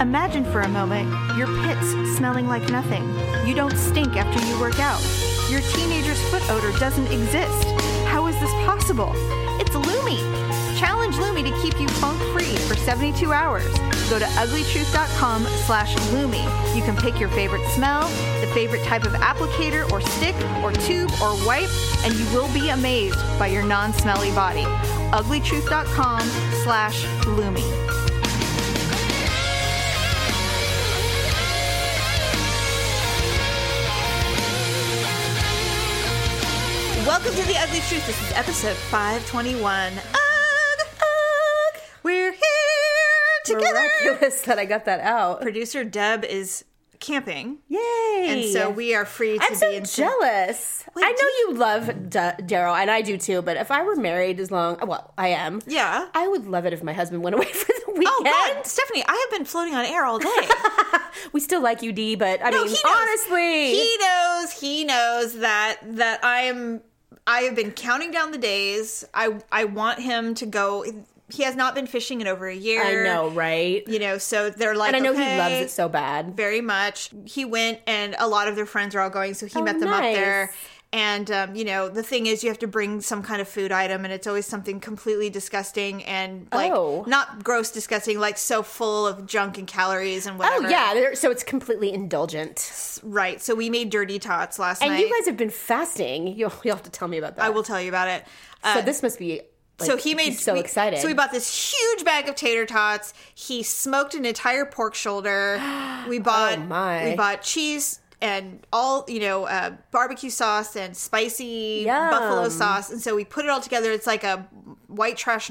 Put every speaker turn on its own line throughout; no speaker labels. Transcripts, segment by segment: Imagine for a moment your pits smelling like nothing. You don't stink after you work out. Your teenager's foot odor doesn't exist. How is this possible? It's Lumi. Challenge Lumi to keep you funk free for 72 hours. Go to uglytruth.com slash Lumi. You can pick your favorite smell, the favorite type of applicator or stick or tube or wipe, and you will be amazed by your non-smelly body. uglytruth.com slash Lumi.
Welcome to the Ugly Truth. This is episode 521. Ugh, ugh, we're here together.
Miraculous that I got that out.
Producer Deb is camping,
Yay!
and so we are free to
I'm
be
so
in
jealous. I
do
know you love D- Daryl, and I do too. But if I were married, as long well, I am.
Yeah.
I would love it if my husband went away for the weekend.
Oh God, Stephanie, I have been floating on air all day.
We still like you, D, but I
No,
mean,
he knows.
honestly,
he knows. He knows that that I'm. I have been counting down the days. I I want him to go. He has not been fishing in over a year.
I know, right?
You know, so they're like,
and I know
"Okay."
he loves it so bad.
very much. He went, and a lot of their friends are all going, so he
Oh,
met them up
nice.
there. And um, you know, the thing is, you have to bring some kind of food item, and it's always something completely disgusting and like
Oh.
not gross, disgusting, like so full of junk and calories and
Oh
whatever.
yeah, they're- so it's completely indulgent.
right. So we made dirty tots last
And
night.
you guys have been fasting. You'll, you'll have to tell me about that.
I will tell you about it. Uh,
so this must be. Like,
so he made
he's so
we-
excited.
So we bought this huge bag of tater tots. He smoked an entire pork shoulder. We bought
Oh my.
we bought cheese and all you know uh, barbecue sauce and spicy
Yum.
buffalo sauce. And so we put it all together. It's like a white trash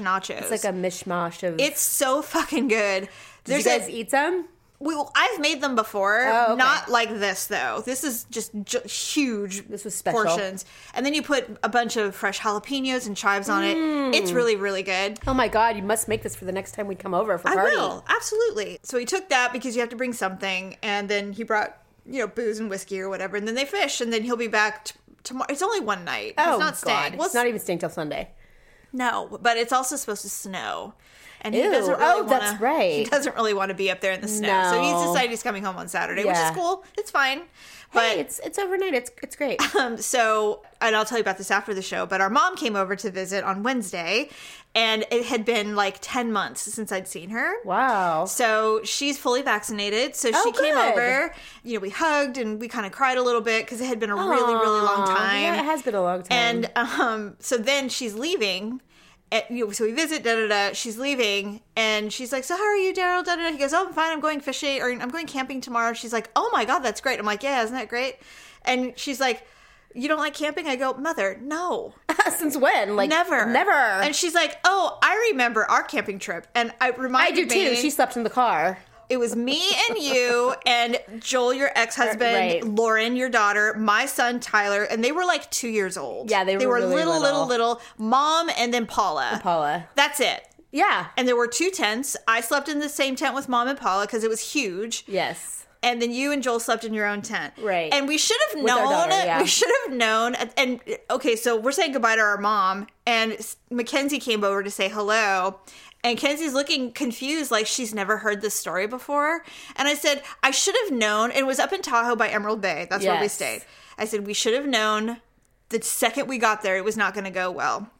It's
nachos.
like a mishmash of.
It's so fucking good.
did you
There's
guys
a,
eat some?
we, I've made them before,
Oh, okay.
not like this though. This is just ju- huge.
This was special.
portions, and then you put a bunch of fresh jalapenos and chives on it.
Mm.
It's really, really good.
Oh my god, you must make this for the next time we come over for
I
party.
will absolutely. So he took that because you have to bring something, and then he brought you know booze and whiskey or whatever, and then they fish, and then he'll be back t- tomorrow. It's only one night.
Oh,
it's not staying.
God.
Well,
it's not even staying till Sunday.
no, but it's also supposed to snow, and he
Ew.
doesn't. Really
Oh,
wanna,
that's right.
He doesn't really want to be up there in the snow, so he's
No.
decided he's coming home on Saturday,
Yeah.
which is cool. It's fine, but
hey, it's it's overnight. It's it's great.
um, so, and I'll tell you about this after the show, but our mom came over to visit on Wednesday, and it had been like 10 months since I'd seen her.
wow.
So she's fully vaccinated. So she
Oh,
came
good.
over, you know, we hugged and we kind of cried a little bit because it had been a really, really long time.
Yeah, it has been a long time.
And um, so then she's leaving. At, you know, so we visit, da da da. She's leaving, and she's like, "So how are you, Daryl?" Da da da. He goes, "Oh, I'm fine. I'm going fishing, or I'm going camping tomorrow." She's like, "Oh my god, that's great." I'm like, "Yeah, isn't that great?" And she's like, "You don't like camping?" I go, "Mother, no,
since when? Like
never,
never.
And she's like, "Oh, I remember our camping trip, and
I
I
do
reminded
too.
me-
She slept in the car.
it was me and you and Joel, your ex-husband,
Right.
Lauren, your daughter, my son Tyler, and they were like two years old.
Yeah, they were really
little, little,
little.
little. Mom and then Paula.
Paula.
That's it.
Yeah.
And there were two tents. I slept in the same tent with mom and Paula because it was huge.
yes.
And then you and Joel slept in your own tent.
Right.
And we should have
our
known.
daughter, yeah.
We should have known. And okay, so we're saying goodbye to our mom, and S- Mackenzie came over to say hello. And Kenzie's looking confused, like she's never heard this story before. And I said, I should have known. And it was up in Tahoe by Emerald Bay. That's where we
Yes.
stayed. I said, we should have known the second we got there, it was not going to go well.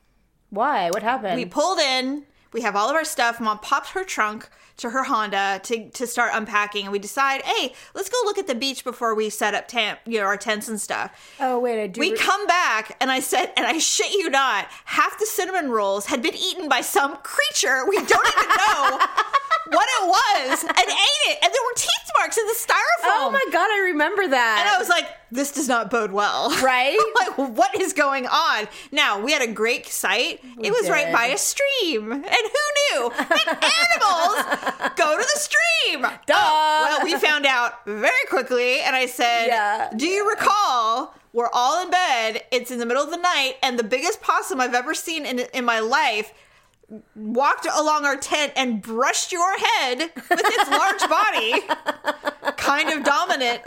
Why? What happened?
We pulled in. We have all of our stuff. Mom popped her trunk to her Honda to, to start unpacking, and we decide, hey, let's go look at the beach before we set up tent, you know, our tents and stuff.
oh wait, I do.
We come back, and I said, and I shit you not, half the cinnamon rolls had been eaten by some creature we don't even know what it was, and ate it, and there were teeth marks in the styrofoam.
oh my god, I remember that.
And I was like, this does not bode well.
Right?
I'm like, what is going on? Now, we had a great site. it was right
did.
by a stream. And who knew that animals go to the stream?
Duh.
Oh, well, we found out very quickly. And I said,
Yeah.
Do you recall? We're all in bed. It's in the middle of the night. And the biggest possum I've ever seen in, in my life walked along our tent and brushed your head with its large body, kind of dominant.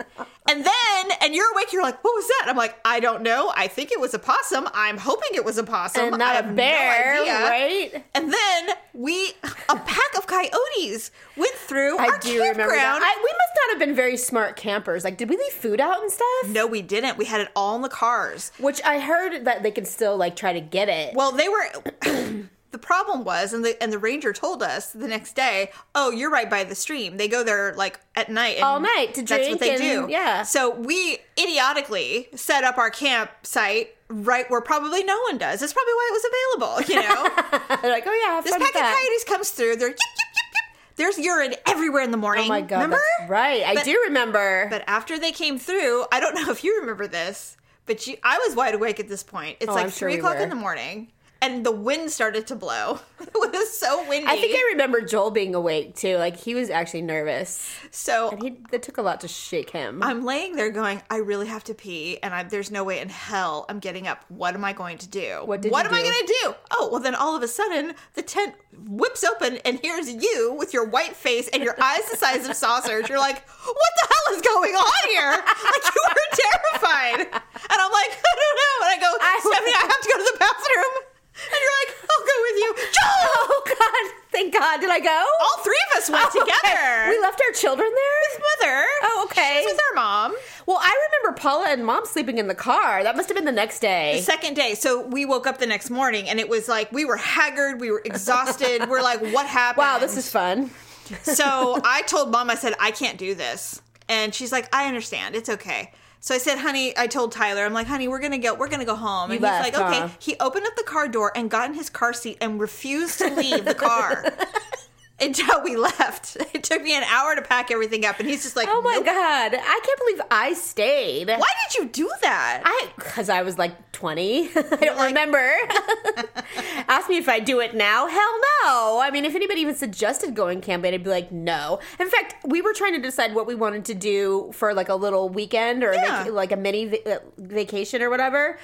And then, and you're awake, you're like, what was that? I'm like, I don't know. I think it was a possum. I'm hoping it was a possum.
and
I
not
have
a
no
bear,
idea."
right?
And then we, a pack of coyotes went through
I
our
do
campground.
remember that. I, we must not have been very smart campers. Like, did we leave food out and stuff?
no, we didn't. We had it all in the cars.
Which I heard that they can still like try to get it.
Well, they were. the problem was, and the and the ranger told us the next day. Oh, you're right by the stream. They go there like at night and
All night to
That's
drink
what they
and-
do.
yeah.
So we idiotically set up our campsite right where probably no one does. That's probably why it was available. You know,
They're like, oh yeah, have
this
fun
pack
with
of
that.
coyotes comes through. They're yip yip yip yip. There's urine everywhere in the morning.
Oh my god,
Remember?
that's right? I
But-
do remember.
But after they came through, I don't know if you remember this, but you, I was wide awake at this point. It's
Oh,
like
I'm sure
three
we
o'clock
were.
in the morning, and the wind started to blow. It was so windy.
I think I remember Joel being awake too. Like he was actually nervous.
so.
He, it took a lot to shake him.
I'm laying there going, I really have to pee, and I, there's no way in hell I'm getting up. What am I going to do?
What did
what
you
am I
do?
going to do? Oh, well, then all of a sudden the tent whips open, and here's you with your white face and your eyes the size of saucers. You're like, what the hell is going on here? Like, you were terrified. And I'm like, I don't know. And I go,
I-
Stephanie, I have to go to the bathroom. And you're like, I'll go with you. Joel!
oh god! Thank God! Did I go?
All three of us went
Oh, okay.
together.
We left our children there.
with mother.
Oh, okay.
She's with our mom.
Well, I remember Paula and Mom sleeping in the car. That must have been the next day.
The second day. So we woke up the next morning and it was like we were haggard, we were exhausted. we're like, what happened?
wow, this is fun.
so I told mom, I said, I can't do this. And she's like, I understand. It's okay. So I said, honey, I told Tyler, I'm like, honey, we're gonna go, we're gonna go home. and
left,
he's like, okay.
huh?
He opened up the car door and got in his car seat and refused to leave the car. Until we left, it took me an hour to pack everything up, and he's just like,
Oh my
"Nope."
god! I can't believe I stayed.
Why did you do that?"
I because I was like twenty. I don't remember. Ask me if I do it now. Hell no. I mean, if anybody even suggested going camping, I'd be like, no. In fact, we were trying to decide what we wanted to do for like a little weekend or a vac-
Yeah.
like a mini va- uh, vacation or whatever.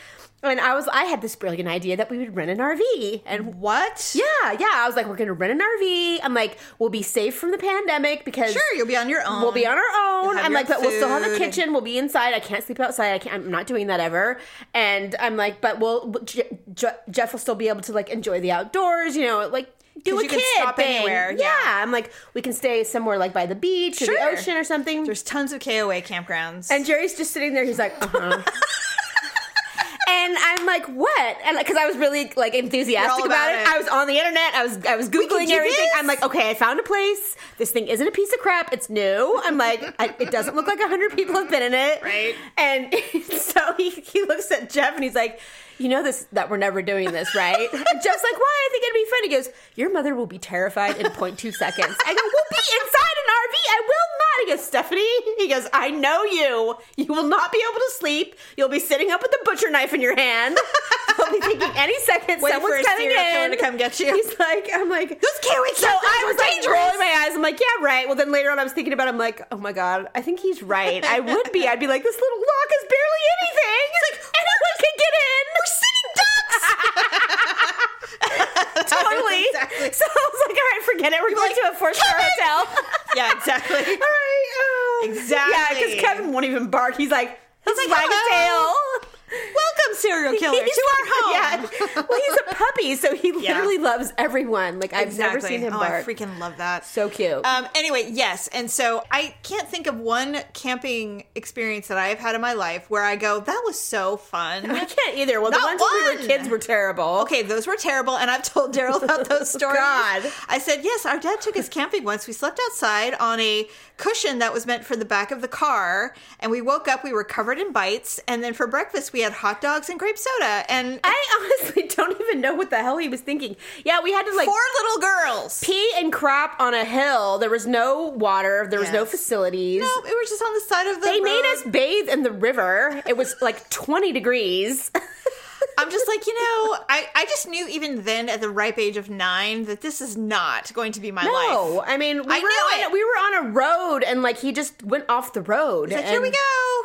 And I was, I had this brilliant idea that we would rent an RV
Mm.
and
what?
yeah, yeah. I was like, we're gonna rent an RV. I'm like, we'll be safe from the pandemic because
Sure, you'll be on your own.
We'll be on our own.
Um, have
I'm
your
like, but we'll still have a
food.
kitchen. We'll be inside. I can't sleep outside. I can't, I'm not doing that ever. And I'm like, but we'll Je- Je- Jeff will still be able to like enjoy the outdoors. You know, like do
'Cause
a
you
kid
can stop
thing.
anywhere,
Yeah.
yeah.
I'm like, we can stay somewhere like by the beach or
Sure.
the ocean or something.
There's tons of KOA campgrounds.
And Jerry's just sitting there. He's like, uh huh. And I'm like, what? And because I was really like enthusiastic
You're all
about,
about
it.
it.
I was on the internet. I was I was googling
do
everything.
this.
I'm like, okay, I found a place. This thing isn't a piece of crap. It's new. I'm like, I, it doesn't look like hundred people have been in it.
Right.
And so he, he looks at Jeff and he's like, you know this that we're never doing this, right? And Jeff's like, why? I think it'd be fun. He goes, your mother will be terrified in 0.2 seconds. I go, we'll be inside an RV. I will not. He goes, Stephanie. He goes, I know you. You will not be able to sleep. You'll be sitting up with a butcher knife in your hand. You'll be thinking any second
Wait
someone's
for a
coming
serial killer
in
to come get you.
He's like, I'm like,
Those Kiwi
So
kids
I
are
was like
dangerous.
rolling my eyes. I'm like, yeah, right. Well, then later on, I was thinking about. It. I'm like, oh my god, I think he's right. I would be. I'd be like, this little lock is barely anything. It's like anyone can get in. We're sitting ducks. totally.
Exactly.
So I was like, all right, forget it. We're going
like,
to a four star hotel.
yeah, exactly.
all right. Oh. Yeah,
Exactly.
because Kevin won't even bark. He's like, he's
like,
like, wag a tail.
hello. Welcome, serial killer,
He's-
to our home.
Yeah. Well, he's a puppy, so he
Yeah.
literally loves everyone. Like I've
Exactly.
never seen him
oh,
bark.
I freaking love that.
So cute.
Um, anyway, yes. And so I can't think of one camping experience that I have had in my life where I go, that was so fun.
I can't either. Well, the
Not
ones when we
one.
were kids were terrible.
Okay, those were terrible, and I've told Daryl about those stories.
God.
I said, yes, our dad took us camping once. We slept outside on a cushion that was meant for the back of the car, and we woke up, we were covered in bites, and then for breakfast, we had hot dogs and grape soda, and
I honestly don't even know what the hell he was thinking. Yeah, we had to like
four little girls.
pee and crap on a hill. There was no water. There was no
Yes.
facilities.
No, it was just on the side of the
They made
road.
us bathe in the river. It was like 20 degrees.
I'm just like, you know, I, I just knew even then at the ripe age of nine that this is not going to be my
No,
life.
I mean, we
I
were
knew
on,
it.
we were on a road and like he just went off the road.
Like,
and,
here we go.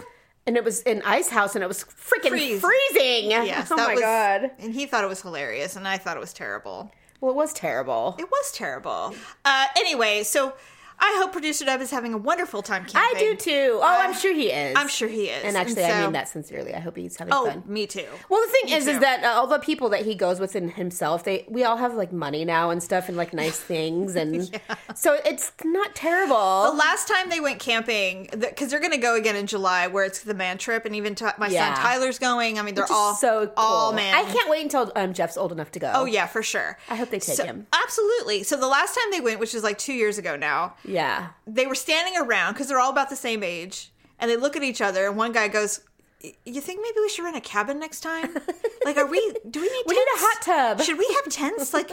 And it was an ice house and it was freaking
Freeze.
freezing.
Yes,
oh
that
my
was,
god.
And he thought it was hilarious, and I thought it was terrible.
Well, it was terrible.
It was terrible. Uh, anyway, so I hope producer Deb is having a wonderful time
I
camping.
do too. Oh, I'm sure he is.
Uh, I'm sure he is.
And actually, I
so-
mean that sincerely. I hope he's having
Oh,
fun.
me too.
Well, the thing is, is
too.
that uh, all the people that he goes with and himself, they we all have like money now and stuff and like nice things, and so it's not
The
terrible.
last time they went camping, because they're going to go again in July, where it's the man trip, and even t- my
Yeah.
son Tyler's going. I mean, they're
Which is
all
so cool.
all man.
I can't wait until um, Jeff's old enough to go.
Oh yeah, for sure.
I hope they take
So-
him.
Absolutely. So the last time they went, which is like two years ago now,
yeah.
they were standing around because they're all about the same age, and they look at each other, and one guy goes. "Y- You think maybe we should rent a cabin next time? Like, are we? Do we need?
We need a
tents?
hot tub."
Should we have tents? Like,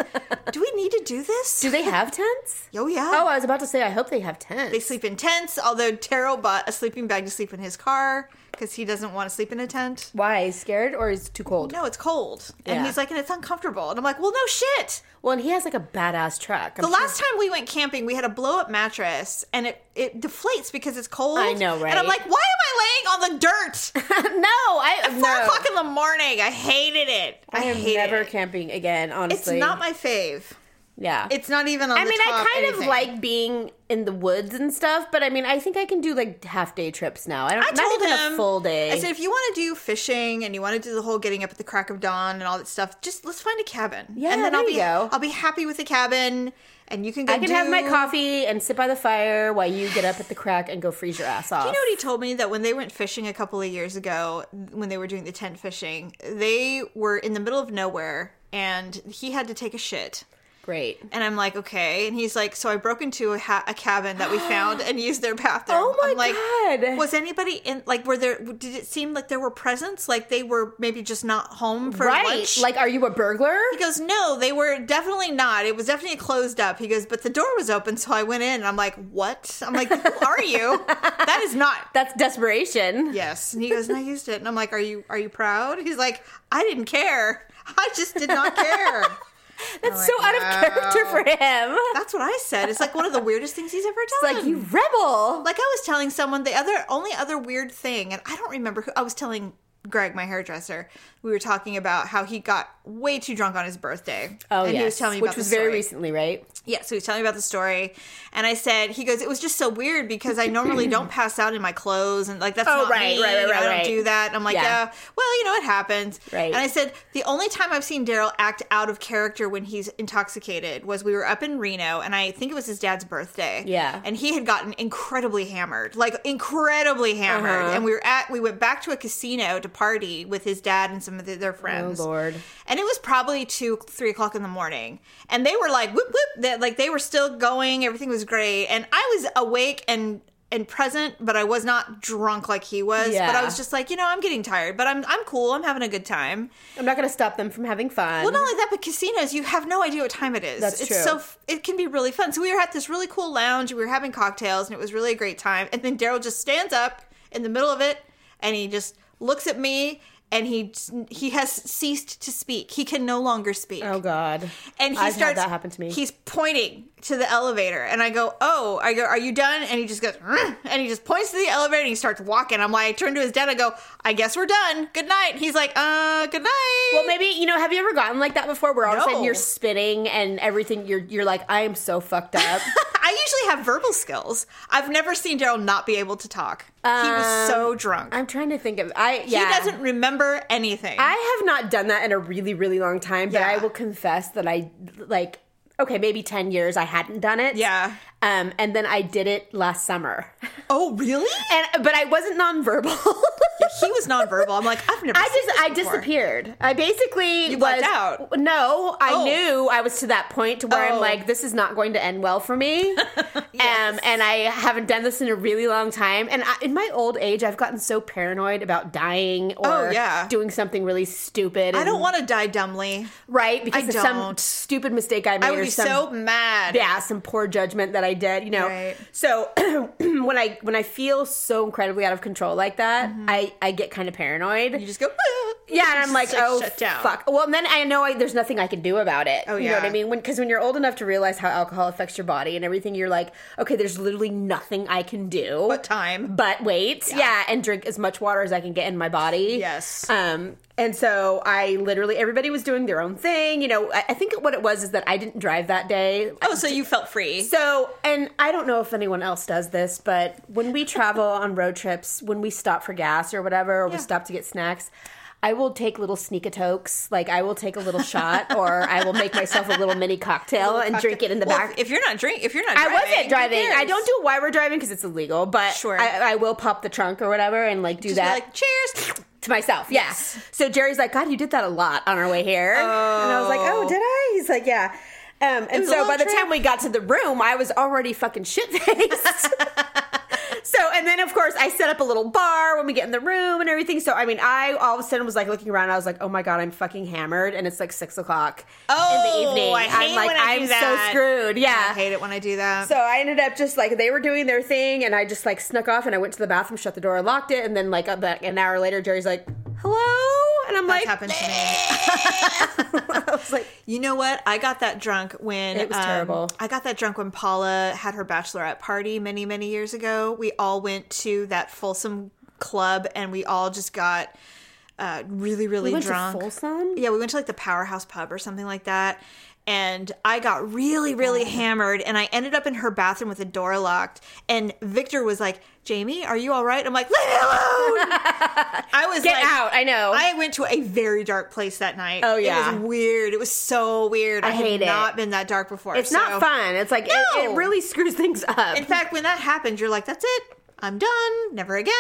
do we need to do this?
Do they have tents?
oh yeah.
Oh, I was about to say, I hope they have tents.
They sleep in tents, although Taro bought a sleeping bag to sleep in his car because he doesn't want to sleep in a tent.
Why? He's scared or is it too cold?
No, it's cold. And
Yeah.
he's like, and it's uncomfortable. And I'm like, well, no shit.
Well, and he has like a badass truck. I'm
The last time we went camping, we had a blow up mattress and it, it deflates because it's cold.
I know, right?
And I'm like, why am I laying on the dirt?
no, I
Four
no.
o'clock in the morning. I hated it. I,
I am
hate
never
it.
camping again.
It's
Honestly,
not my fave.
Yeah,
It's not even on
I
the
mean, I
top
kind of
anything.
like being in the woods and stuff, but I mean, I think I can do like half day trips now. I don't.
I told
not even
him
a full day.
I said, if you want to do fishing and you want to do the whole getting up at the crack of dawn and all that stuff, just let's find a cabin.
Yeah,
and then
there
I'll be
you go.
I'll be happy with the cabin, and you can go.
I can have my
do-
coffee and sit by the fire while you get up at the crack and go freeze your ass off.
You know what he told me that when they went fishing a couple of years ago, when they were doing the tent fishing, they were in the middle of nowhere, and he had to take a shit.
Great.
And I'm like, okay. And he's like, so I broke into a, ha- a cabin that we found and used their bathroom.
Oh my
I'm like,
God.
Was anybody in? Like, were there? Did it seem like there were presents? Like they were maybe just not home for
right.
lunch?
Like, are you a burglar?
he goes, no, they were definitely not. It was definitely closed up. He goes, but the door was open, so I went in. And I'm like, what? I'm like, who are you? that is not.
That's desperation.
Yes. And he goes, and I used it. And I'm like, are you are you proud? He's like, I didn't care. I just did not care.
That's so out of character for him.
That's what I said. It's like one of the weirdest things he's ever done.
Like you rebel.
like I was telling someone the other only other weird thing, and I don't remember who I was telling Greg, my hairdresser, we were talking about how he got way too drunk on his birthday.
Oh
and
yes.
he was telling me
which
about
was
the
very
story.
recently, right?
Yeah, so he was telling me about the story, and I said he goes, "It was just so weird because I normally don't pass out in my clothes, and like that's
Oh,
not
right,
me.
right, right,
you know, I
right,
don't
right.
do that." And I'm like,
Yeah.
yeah. well, you know, it happens."
Right.
And I said the only time I've seen Daryl act out of character when he's intoxicated was we were up in Reno, and I think it was his dad's birthday.
Yeah.
and he had gotten incredibly hammered, like incredibly hammered,
Uh-huh.
and we were at we went back to a casino to party with his dad and some of the, their friends.
Oh, Lord.
And it was probably two, three o'clock in the morning, and they were like, "Whoop whoop!" That like they were still going, everything was great, and I was awake and and present, but I was not drunk like he was. But I
Yeah.
was just like, you know, I'm getting tired, but I'm I'm cool. I'm having a good time.
I'm not going to stop them from having fun.
Well, not only that, but casinos, you have no idea what time it is.
That's
it's
true.
so f- it can be really fun. So we were at this really cool lounge, and we were having cocktails, and it was really a great time. And then Daryl just stands up in the middle of it, and he just looks at me, and he he has ceased to speak. He can no longer speak.
oh God.
And he
I've had
starts
that happen to me.
He's pointing to the elevator, and I go, "Oh, I go, are you done?" And he just goes, "Mm," and he just points to the elevator, and he starts walking. I'm like, I turn to his dad, I go, "I guess we're done. Good night." He's like, "Uh, good night."
Well, maybe you know. Have you ever gotten like that before? Where all of a sudden
No.
you're spinning and everything. You're you're like, I am so fucked up.
I usually have verbal skills. I've never seen Daryl not be able to talk. he was so drunk.
Um, I'm trying to think of. I yeah.
He doesn't remember anything.
I have not done that in a really really long time. But
Yeah.
I will confess that I like. Okay, maybe ten years I hadn't done it.
Yeah.
Um, and then I did it last summer,
oh, really?
and but I wasn't nonverbal.
he was nonverbal. I'm like, I've never.
I
seen
just
this
I
before.
disappeared. I basically was
You blacked out.
No, I
Oh.
knew I was to that point to where
Oh.
I'm like, this is not going to end well for me. Um, and I haven't done this in a really long time. And I, in my old age, I've gotten so paranoid about dying or
Oh, yeah.
doing something really stupid.
I don't
and-
want to die dumbly.
right because
I
of some
don't.
stupid mistake I made
I would
or
be
some
so mad.
yeah some poor judgment that i did you know
Right.
so when
Mm-hmm.
i when i feel so incredibly out of control like that i i get kind of paranoid
You just go.
Yeah, and I'm like,
like,
oh,
shut down.
fuck. Well, and then I know I, there's nothing I can do about it.
Oh,
You know what
yeah.
I mean? Because when, you're old enough to realize how alcohol affects your body and everything, you're like, okay, there's literally nothing I can do.
But time.
But wait. Yeah. and drink as much water as I can get in my body.
Yes.
Um, and so I literally, everybody was doing their own thing. You know, I, I think what it was is that I didn't drive that day.
Oh, so you felt free.
So, and I don't know if anyone else does this, but when we travel on road trips, when we stop for gas or whatever, or we
Yeah.
stop to get snacks, I will take little sneakatokes. Like I will take a little shot, or I will make myself a little mini cocktail and drink it in the
Well,
back.
If you're not drink, if you're not,
I
driving,
wasn't driving.
who
I
cares?
don't do it while we're driving because it's illegal. But
Sure.
I, I will pop the trunk or whatever and like do
Just be
that
like cheers.
to myself. Yeah. So Jerry's like, God, you did that a lot on our way here. And I was like, Oh, did I? He's like, Yeah. Um, and
was
so
a
by the
long trip.
time we got to the room, I was already fucking shit faced. so, and then of course, I set up a little bar when we get in the room and everything. So, I mean, I all of a sudden was like looking around. I was like, oh my God, I'm fucking hammered. And it's like six o'clock in the
Oh,
evening.
I hate
am like,
when I
I'm
do that.
so screwed. Yeah.
I hate it when I do that.
So I ended up just like they were doing their thing, and I just like snuck off and I went to the bathroom, shut the door, locked it, and then like about an hour later, Jerry's like, "Hello," and I'm
That's
like,
happened to me.
I was like,
You know what? I got that drunk when
It was
um,
terrible.
I got that drunk when Paula had her bachelorette party many, many years ago. We all went to that Folsom club and we all just got uh, really, really
went to
drunk.
Folsom?
Yeah, we went to like the Powerhouse Pub or something like that. And I got really, really hammered, and I ended up in her bathroom with the door locked. And Victor was like, "Jamie, are you all right?" I'm like, "Leave me alone!" I was
"Get
like,
out!" I know.
I went to a very dark place that night.
Oh, yeah.
it was weird. It was so weird. I,
hate it.
had not been that dark before.
it's
so-
not fun. It's like it, it
No.
really screws things up.
In fact, when that happened, you're like, "That's it. I'm done. Never again."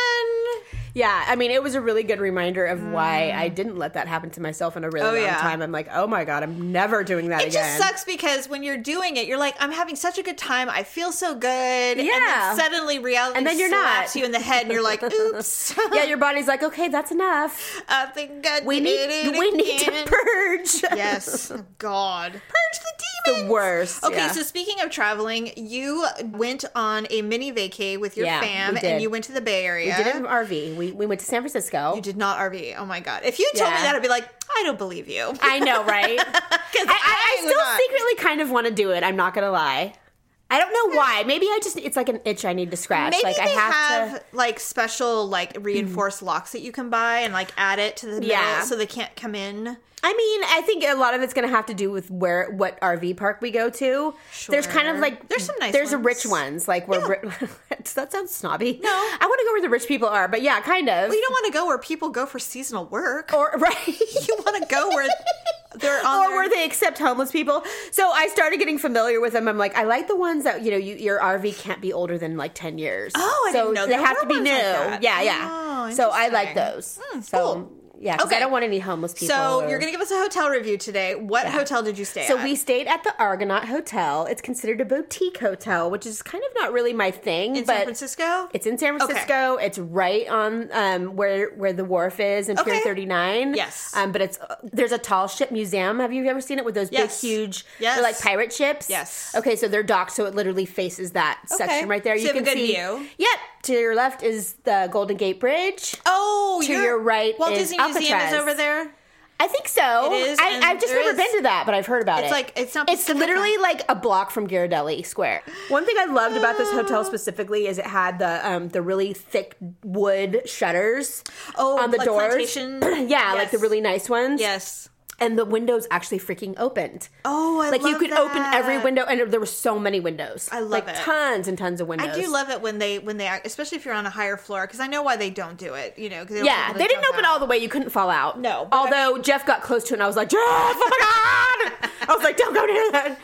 yeah, I mean, it was a really good reminder of why I didn't let that happen to myself in a really
Mm. Oh,
long
yeah.
time. I'm like, oh my god, I'm never doing that
It
again.
just sucks because when you're doing it, you're like, "I'm having such a good time. I feel so good." And
Yeah.
then suddenly reality
And then you're
slaps
not.
you in the head, and you're like, "Oops."
yeah, your body's like, okay, that's enough.
I think I
We
did
need
it
we need to
again."
purge.
Yes, God, purge the demons.
The worst,
Okay,
yeah.
so speaking of traveling, you went on a mini vacay with your
Yeah,
fam,
we did.
and you went to the Bay Area.
We did it in an RV. We, we went to San Francisco.
You did not RV. Oh my God! If you told me
Yeah.
that, I'd be like, I don't believe you.
I know, right?
Because
I, I, I
would
still
not.
secretly kind of want to do it. I'm not gonna lie. I don't know why. Maybe I just—it's like an itch I need to scratch.
Maybe
like
they
I have,
have,
to. Mm.
like special like reinforced locks that you can buy and like add it to the middle
Yeah.
so they can't come in.
I mean, I think a lot of it's gonna have to do with where what RV park we go to. There's kind of
Sure.
like
There's some nice
There's
ones.
rich ones like where ri- Does that sounds snobby.
No.
I want to go where the rich people are, but yeah, kind of.
You don't want to go where people go for seasonal work.
or right.
you want to go where they're on.
Oh. or
their-
where they accept homeless people. So I started getting familiar with them. I'm like, I like the ones that you know, you, your RV can't be older than like ten years.
Oh, I
so
didn't know
they
there
have
were
to be
ones
new.
like that.
yeah, yeah.
Oh,
so I like
interesting. Hmm,
those. so
cool.
yeah, 'cause I
Okay.
don't want any homeless people.
So
or-
you're gonna give us a hotel review today. What hotel did you stay?
So
at?
we stayed at the Argonaut Hotel. It's considered a boutique hotel, which is kind of not really my thing.
in
but
San Francisco.
It's in San Francisco. It's right on um, where where the wharf is in Pier
Okay.
39.
Yes.
Um, but it's there's a tall ship museum. Have you ever seen it with those
Yes.
big, huge,
Yes.
they're like pirate ships?
Yes.
Okay, so they're docked, so it literally faces that section right there.
So you have a good
see.
view.
Yep. To your left is the Golden Gate Bridge.
Oh,
To
you're-
your right
Walt
is
Disney Museum is
Alcatraz.
over there.
I think so.
It is,
I,
and
I've just
there
never
is-
been to that, but I've heard about
It's
it.
like- it's not
It's
Pacifica.
literally like a block from Ghirardelli Square. One thing I loved about this
Ah.
hotel specifically is it had the um, the really thick wood shutters
Oh,
on the
like
doors.
plantation?
yeah, like
Yes.
the really nice ones.
Yes.
and the windows actually freaking opened.
Oh, I
like you
love
could open every
that.
window, and there were so many windows.
I love
like
it.
tons and tons of windows.
I do love it when they when they act, especially if you're on a higher floor because I know why they don't do it. You know, cause they don't
Yeah, they didn't open all the way. You couldn't fall out.
No, but I
Although Jeff got close to it, and I was like, Jeff, oh my god! I was like, don't go near that.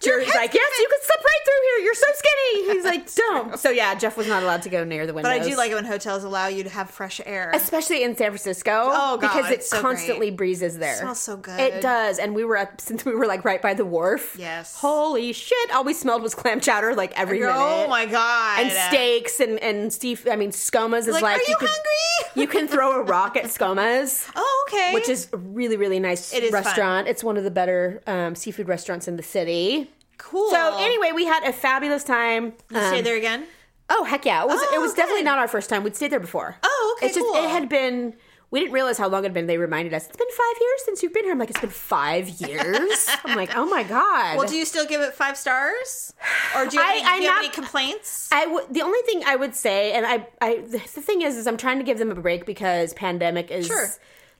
Jerry's like, yes, you can slip right through here. You're so skinny. He's like, don't. So yeah, Jeff was not allowed to go near the windows.
But I do like it when hotels allow you to have fresh air.
Especially in San Francisco,
Oh, God,
because it
it's so
constantly
great.
breezes there.
smells so good.
It does, and we were up since we were like right by the wharf.
Yes.
holy shit! All we smelled was clam chowder like every
You're-
minute.
oh my god!
and steaks and and Steve. I mean, Skomas is like,
Like, are you,
could-
hungry?
you can throw a rock at Skomas.
oh, okay.
which is a really really nice
It is fun.
restaurant. It's one of the better um, seafood restaurants in the city.
cool.
So anyway, we had a fabulous time.
you stay
Um,
there again.
Oh heck yeah! It was
Oh,
it was
good.
definitely not our first time. We'd stayed there before.
Oh, okay,
It's just
cool.
it had been. we didn't realize how long it had been. They reminded us, it's been five years since you've been here. I'm like, it's been five years. I'm like, oh my God.
Well, do you still give it five stars, or do you have,
I-
any,
I'm
do you have
not-
any complaints?
I w- the only thing I would say, and I, I the thing is, is I'm trying to give them a break because pandemic is
Sure.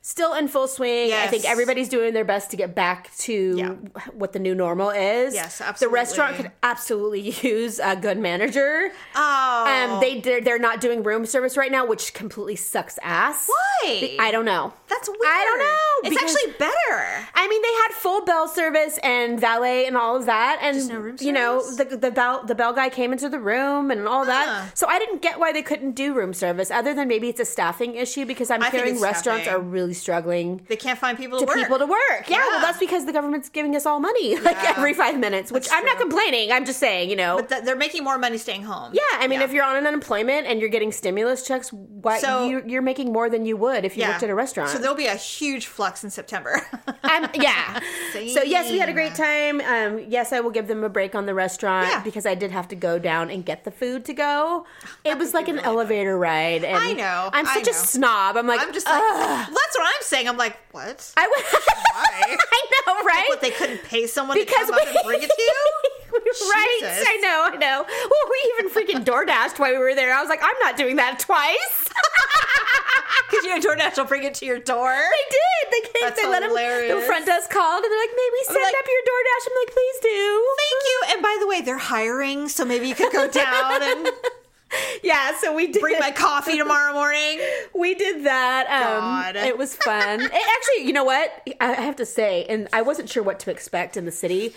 still in full swing. I think
Yes.
everybody's doing their best to get back to
Yeah.
what the new normal is.
Yes,
The restaurant could absolutely use a good manager.
oh,
Um, they they're, they're not doing room service right now, which completely sucks ass.
Why?
Be- I don't know.
that's weird.
I don't know,
It's
because-
actually better.
I mean, they had full bell service and valet and all of that, and
no room
you know
service?
the the bell the bell guy came into the room and all
Huh.
that. So I didn't get why they couldn't do room service, other than maybe it's a staffing issue because I'm
I think
hearing
it's
restaurants
staffing.
are really struggling
They can't find people
to
to work.
people to work. Yeah, well,
Yeah.
that's because the government's giving us all money like
Yeah.
every five minutes, which
That's
I'm not
true.
complaining. I'm just saying, you know.
But th- they're making more money staying home.
yeah, I mean, if you're on an unemployment and you're getting stimulus checks, why
So-
you're, you're making more than you would if you worked at a restaurant.
so there'll be a huge flux in September.
Um, yeah. So yes, we had a great time. Um, yes, I will give them a break on the restaurant
Yeah.
because I did have to go down and get the food to go. It was like an elevator ride. And
I know,
I'm
I
such a
know.
snob. I'm like.
I'm just like,
"Ugh."
that's what I'm saying. I'm like, what?
I w- I know, right?
What they couldn't pay someone
because
to
we
come up and bring it to you?
right?
Jesus.
I know, I know. Well, we even freaking DoorDashed while we were there. I was like, I'm not doing that twice.
Because you know DoorDash will bring it to your door.
They did. They came.
That's
they let 'em- The
hilarious.
front desk called, and they're like, "Maybe send
like-
up your DoorDash." I'm like, "Please do."
Thank you. And by the way, they're hiring, so maybe you could go down and
Yeah, so we did.
bring my coffee tomorrow morning.
We did that. Um,
God.
it was fun. It actually, you know what? I I have to say, and I wasn't sure what to expect in the city,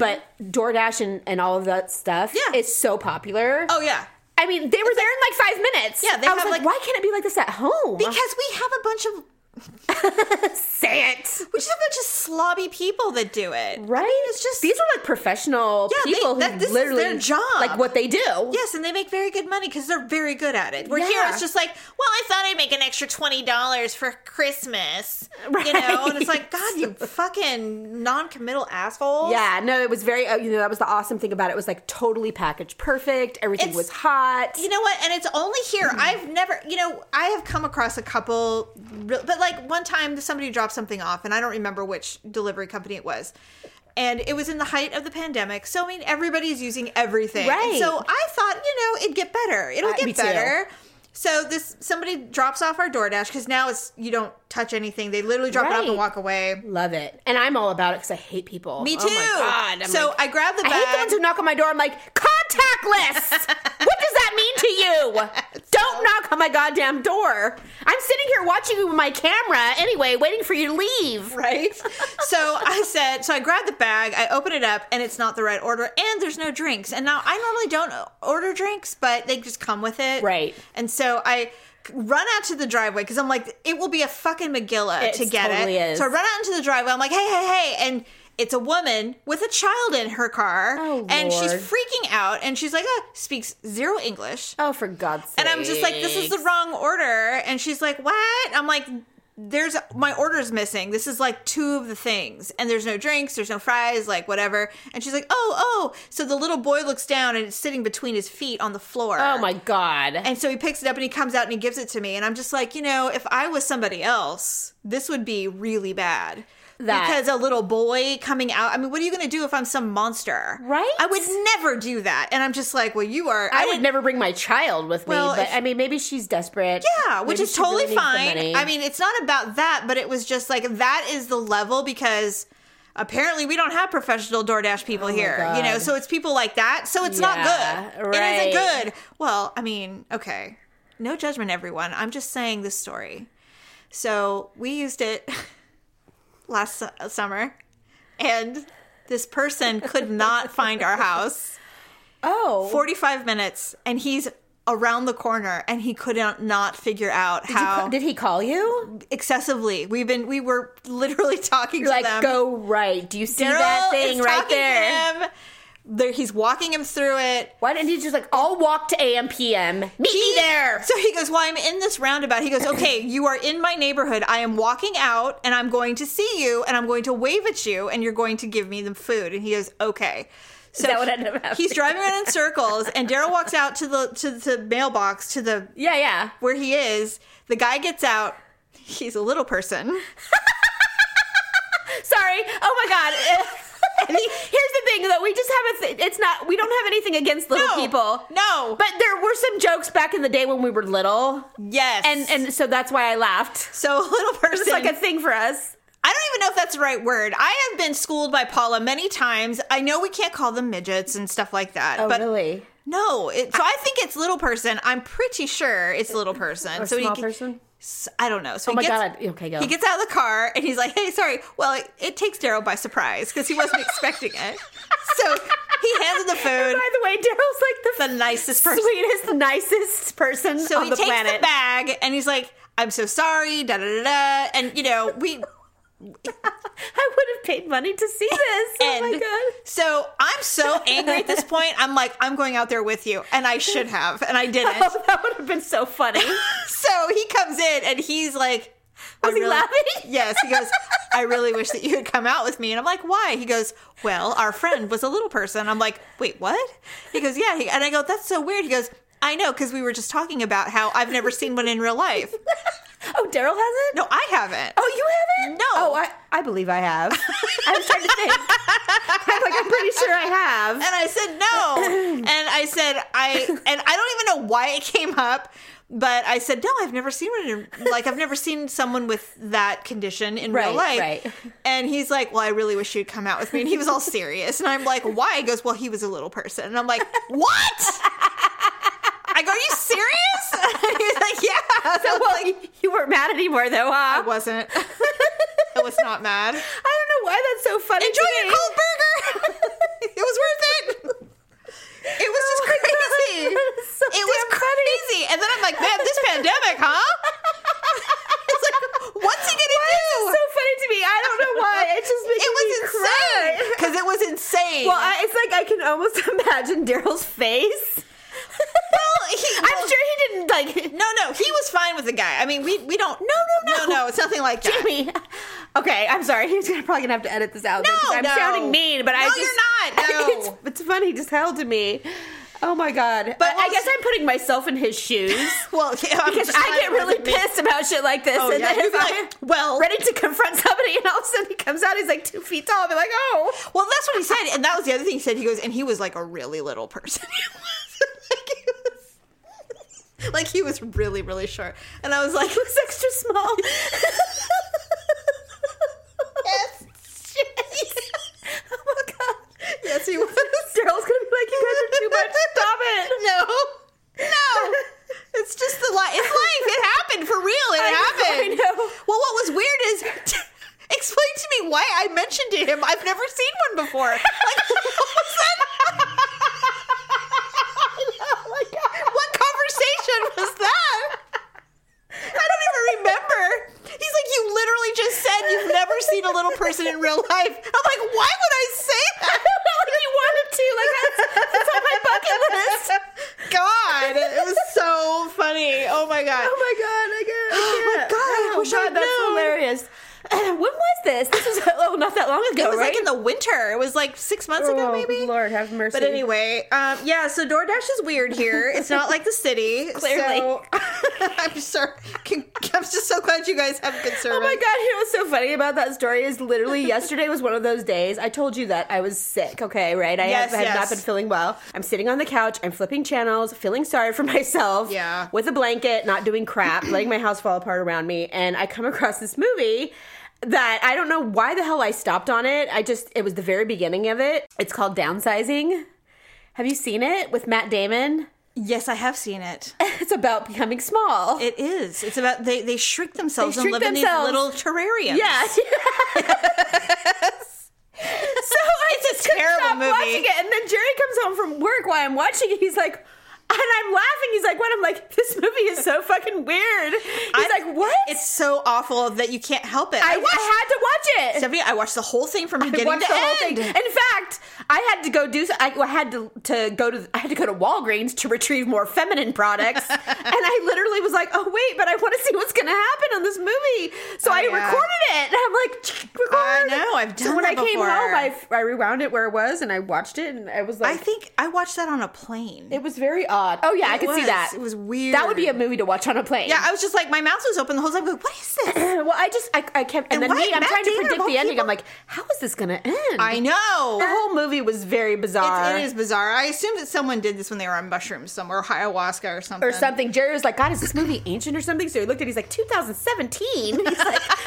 but DoorDash and, and all of that stuff
Mm-hmm. Yeah.
is so popular.
Oh yeah.
I mean, they were there in like five minutes.
Yeah, they
I was
have,
like,
like-
why can't it be like this at home?
Because we have a bunch of
say it.
we just have a bunch of slobby people that do it.
Right?
it's just-
these are like professional
Yeah, they-
people who
that- this is
literally
their job.
like what they do.
Yes, and they make very good money because they're very good at it. We're here,
Yeah.
it's just like, well, I thought I'd make an extra twenty dollars for Christmas, you know. And it's like, God, you fucking non-committal assholes.
Yeah, no, it was very. uh, You know, that was the awesome thing about it. It was like totally packaged, perfect. Everything
It's-
was hot.
You know what? And it's only here.
Mm-hmm.
I've never, you know, I have come across a couple, re- but like one time somebody dropped something off, and I don't remember which delivery company it was. And it was in the height of the pandemic. So, I mean, everybody's using everything. And
Right.
so I thought, you know, it'd get better. It'll
Uh, me
get
too.
better. So this somebody drops off our DoorDash because now it's you don't touch anything. They literally drop it off
Right.
and walk away.
Love it. And I'm all about it because I hate people.
Me too.
Oh my God. I'm
so
like-
I grabbed the
I
bag.
hate the ones who knock on my door. I'm like, contactless. what does that mean to you? Don't knock on my goddamn door. I'm sitting here watching you with my camera anyway, waiting for you to leave.
right? so I said, so I grabbed the bag, I open it up, and it's not the right order, and there's no drinks. And now I normally don't order drinks, but they just come with it,
Right.
And so I run out to the driveway because I'm like, it will be a fucking McGilla
It
to get
totally
it.
is.
So I run out into the driveway. I'm like, hey, hey, hey, and. It's a woman with a child in her car,
Oh,
and she's
Lord.
freaking out, and she's like, uh, speaks zero English.
Oh, for God's sake.
And I'm just like, this is the wrong order. And she's like, what? I'm like, there's my order's missing. This is like two of the things. And there's no drinks, there's no fries, like whatever. And she's like, oh, oh. So the little boy looks down and it's sitting between his feet on the floor.
Oh my God.
And so he picks it up and he comes out and he gives it to me. And I'm just like, you know, if I was somebody else, this would be really bad.
That-
Because a little boy coming out, I mean, what are you going to do if I'm some monster?
Right?
I would never do that. And I'm just like, well, you are.
I
didn't-
would never bring my child with me,
Well,
but
if-
I mean, maybe she's desperate.
Yeah, which
Maybe
is
she really
totally
needs the money.
fine. I mean, it's not about that, but it was just like that is the level because apparently we don't have professional DoorDash people here, you know.
Oh God.
So it's people like that. So it's
Yeah,
not good. It
right.
isn't good. Well, I mean, okay. No judgment everyone. I'm just saying this story. So, we used it last su- uh, summer and this person could not find our house.
oh,
45 minutes and he's around the corner and he could not not figure out how
did he call you?
excessively. We've been we were literally talking to
Like,
them.
go right. Do you see
Daryl
that
is
thing right
talking to
there?
him. There- he's walking him through it.
Why didn't he just like, I'll walk to AM PM. Meet me there.
So he goes, "Well, I'm in this roundabout." He goes, "Okay, you are in my neighborhood. I am walking out, and I'm going to see you, and I'm going to wave at you, and you're going to give me the food." And he goes, "Okay." So
that what ended up happening?
he's driving around in circles, and Daryl walks out to the to the mailbox to the
Yeah, yeah.
where he is. The guy gets out. he's a little person.
Sorry. Oh my god. Here's the thing though. We just have a. Th- it's not. We don't have anything against little
No.
people.
No.
But there were some jokes back in the day when we were little,
Yes.
and and so that's why I laughed.
so a little person.
It's like a thing for us.
I don't even know if that's the right word. I have been schooled by Paula many times. I know we can't call them midgets and stuff like that. but
Oh, really?
no, it, so I, think it's little person. I'm pretty sure it's little person. so
small
he,
person.
s- I don't know. So
Oh
he
my
gets,
god. Okay, go.
He gets out of the car and he's like, "Hey, sorry." Well, it, it takes Daryl by surprise because he wasn't expecting it. So he hands him the food.
By the way, Daryl's like the,
The nicest person.
sweetest, nicest person
So
on
he
the
takes
planet.
the bag and he's like, "I'm so sorry." Da da da da. And you know we.
I would have paid money to see this. oh my
And
god.
So I'm so angry at this point. I'm like, I'm going out there with you. And I should have. And I didn't.
Oh, that would have been so funny.
So he comes in and he's like, I
Was he laughing?
Yes. He goes, I really wish that you had come out with me. And I'm like, why? He goes, well, our friend was a little person. I'm like, wait, what? He goes, yeah. He, and I go, that's so weird. He goes, I know, because we were just talking about how I've never seen one in real life.
Oh, Daryl has it?
No, I haven't.
Oh, you haven't?
No.
Oh, I, I believe I have. I'm trying to think. I'm like, I'm pretty sure I have.
And I said no. and I said I and I don't even know why it came up, but I said no. I've never seen one. in- Like I've never seen someone with that condition in
Right,
real life.
right.
And he's like, "Well, I really wish you'd come out with me." And he was all serious. And I'm like, "Why?" He goes, "Well, he was a little person." And I'm like, "What?" I go, "Are you serious?" he's like, "Yeah."
So, well, you, you weren't mad anymore, though, huh?
I wasn't. I was not mad.
I don't know why that's so funny.
Enjoy
to
your
me.
cold burger. it was worth it. It was
Oh
just crazy.
That is so
it was crazy. And then I'm like, man, this pandemic, huh? it's like, what's he gonna do?
It's so funny to me. I don't know why. It's just making
it was
me
insane
cry.
because it was insane.
Well, I, it's like I can almost imagine Daryl's face.
Well, he-
I'm sure he didn't like.
no, no, he was fine with the guy. I mean, we we don't. No,
no, no.
no, no. It's nothing like that.
Jamie. Okay, I'm sorry. He's gonna, probably gonna have to edit this out. because I'm
no.
sounding mean, but I
No,
just,
you're not. No.
it's, it's funny just hell to me. Oh my god. But I,
well,
guess
s-
I'm putting myself in his shoes
Well, yeah, I'm
because
just
I
trying
get
to
really
admit-
pissed about shit like this.
Oh,
and
yeah,
then
you'd
if
be
I'm
like, well-
ready to confront somebody, and all of a sudden he comes out, he's like two feet tall. I'll be like, oh.
Well, that's what he said, and that was the other thing he said. He goes, and he was like a really little person. like, he was, like he was really, really short, and I was like, he was extra small. yes,
Oh my god.
yes, he was.
Daryl's gonna be like, you guys are too much. Stop it.
No, no, it's just the life. It's life. It happened for real. It
I know,
happened.
I know.
Well, what was weird is. Explain to me why I mentioned to him I've never seen one before. Like, what was that? What conversation was that? I don't even remember. He's like, you literally just said you've never seen a little person in real life. I'm like, why would I say that?
like you wanted to. Like that's, that's on my bucket list.
God, it was so funny. Oh my god.
Oh my god, I can't. I
Oh my
can't.
God, I wish I had
that's
known.
hilarious. when was this? This was oh, not that long ago,
It was
right?
like in the winter. It was like six months ago,
Oh,
maybe.
Lord have mercy.
But anyway, um, yeah. So DoorDash is weird here. It's not like the city.
Clearly.
so- I'm sure. I'm just so glad you guys have good service.
Oh my god, you know what's so funny about that story is literally yesterday was one of those days. I told you that I was sick, okay, right? I
Yes,
have, have
yes.
not been feeling well. I'm sitting on the couch, I'm flipping channels, feeling sorry for myself.
Yeah.
With a blanket, not doing crap, letting my house fall apart around me, and I come across this movie that I don't know why the hell I stopped on it. I just it was the very beginning of it. It's called Downsizing. Have you seen it with Matt Damon?
Yes, I have seen it.
It's about becoming small.
It is. It's about they they shrink themselves
They shrink
and live
themselves.
in these little terrariums.
Yeah. so I
It's a
just couldn't
terrible
stop
movie.
watching it, and then Jerry comes home from work while I'm watching it. He's like. And I'm laughing. He's like, "What?" I'm like, "This movie is so fucking weird." He's
I-
like, "What?"
It's so awful that you can't help it.
I,
watched.
I had to watch it.
Stephanie, I watched the whole thing from
I
beginning
watched
to
the whole
end.
thing. In fact, I had to go do. I, I had to to go to. I had to go to Walgreens to retrieve more feminine products, and I literally was like, "Oh wait, but I want to see what's going to happen on this movie." So I
Oh, yeah.
recorded it, and I'm like, "Record."
I know, I've
so
done
when
that
I came
before.
home, I, I rewound it where it was, and I watched it, and I was like,
I think I watched that on a plane.
"It was very odd. Oh yeah, I could see
was.
that.
It was weird.
That would be a movie to watch on a plane.
Yeah, I was just like, my mouth was open the whole time. Going, what is this?
well, I just I, I kept, and,
And
then
why
me, I'm
Matt
trying to
Damon of
predict
all
the ending.
people?
I'm like, how is this going to end?
I know.
the whole movie was very bizarre.
It's, it is bizarre. I assume that someone did this when they were on mushrooms somewhere, or ayahuasca or something.
or something. Jerry was like, God, is this movie ancient or something? So he looked at it, he's like, 2017? He's like,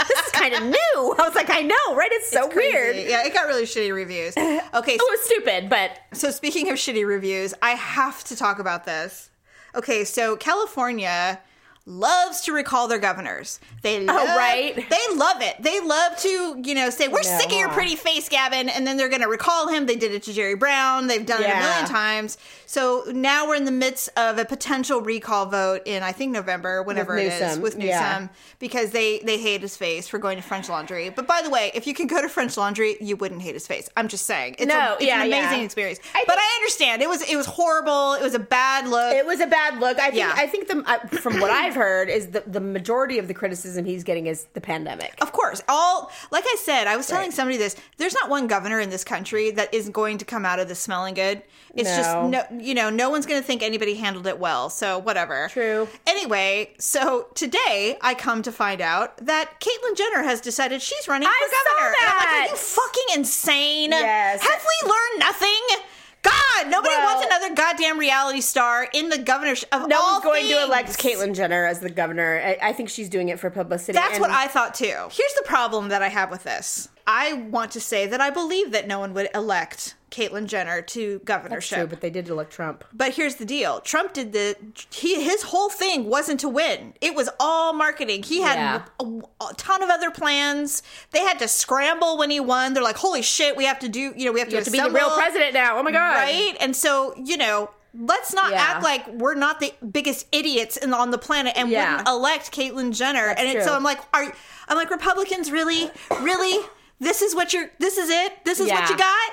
this is kind of new. I was like, I know, right? It's so
Crazy.
weird. Oh,
Yeah, it got really shitty reviews. Okay,
It was stupid, but
So speaking of shitty reviews, I have to talk about this. Okay, so California loves to recall their governors. They love,
Oh, right.
They love it. They love to, you know, say we're
No.
sick of your pretty face, Gavin, and then they're going to recall him. They did it to Jerry Brown. They've done it
Yeah.
a million times. So now we're in the midst of a potential recall vote in I think November, whenever it is,
Newsom,
with Newsom
yeah.
because they they hate his face for going to French Laundry. But by the way, if you can go to French Laundry, you wouldn't hate his face. I'm just saying. It's
No,
a- it's
yeah,
an amazing
yeah.
experience.
I
but
think-
I understand it was it was horrible. It was a bad look.
it was a bad look. I think,
Yeah.
I think the, I, from what I've heard, is the, the majority of the criticism he's getting is the pandemic.
of course, all like I said, I was telling somebody this. There's not one governor in this country that is going to come out of this smelling good. It's
No.
just no, you know, no one's going to think anybody handled it well. So whatever.
True.
Anyway, so today I come to find out that Caitlyn Jenner has decided she's running
I
for governor.
saw
And I'm like,
that.
are you fucking insane?
Yes.
Have we learned nothing? God, nobody
Well-
wants another goddamn reality star in the governorship of
No
all
one's going to
things.
elect Caitlyn Jenner as the governor. I, I think she's doing it for publicity.
That's
and-
what I thought too. Here's the problem that I have with this. I want to say that I believe that no one would elect Caitlyn Jenner to
That's
governorship.
true, but they did elect Trump.
But here's the deal: Trump did the he his whole thing wasn't to win. It was all marketing. He had
Yeah.
a, a ton of other plans. They had to scramble when he won. They're like, "Holy shit, we have to do you know we have
You
to
have to be the real
assemble."
president now. Oh my god!
right?" And so you know. Let's not
Yeah.
act like we're not the biggest idiots in, on the planet and
Yeah.
wouldn't elect Caitlyn Jenner. and it, so
true.
I'm like, are I'm like Republicans really, really? This is what you're. This is it. This is what
Yeah.
you got.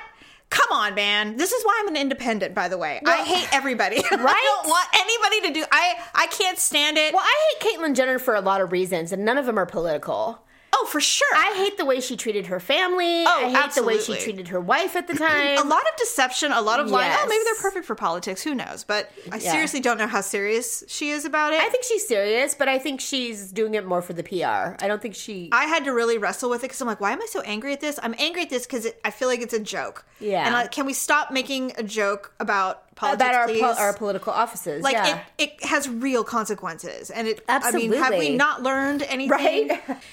Come on, man. This is why I'm an independent. By the way, I
Well-
hate everybody. I don't want anybody to do. I I can't stand it.
Well, I hate Caitlyn Jenner for a lot of reasons, and none of them are political.
oh, for sure.
I hate the way she treated her family. I hate the way
Oh, absolutely.
she treated her wife at the time.
a lot of deception, a lot of lying. Oh, maybe
Yes.
they're perfect for politics. Who knows? But I
Yeah.
seriously don't know how serious she is about it.
I think she's serious, but I think she's doing it more for the PR. I don't think she.
I had to really wrestle with it because I'm like, why am I so angry at this? I'm angry at this because I feel like it's a joke.
Yeah.
And like, can we stop making a joke about politics,
about our,
please?
po- our political offices.
like
yeah.
it, it has real consequences, and it. I mean, have
Absolutely.
we not learned anything?
Right?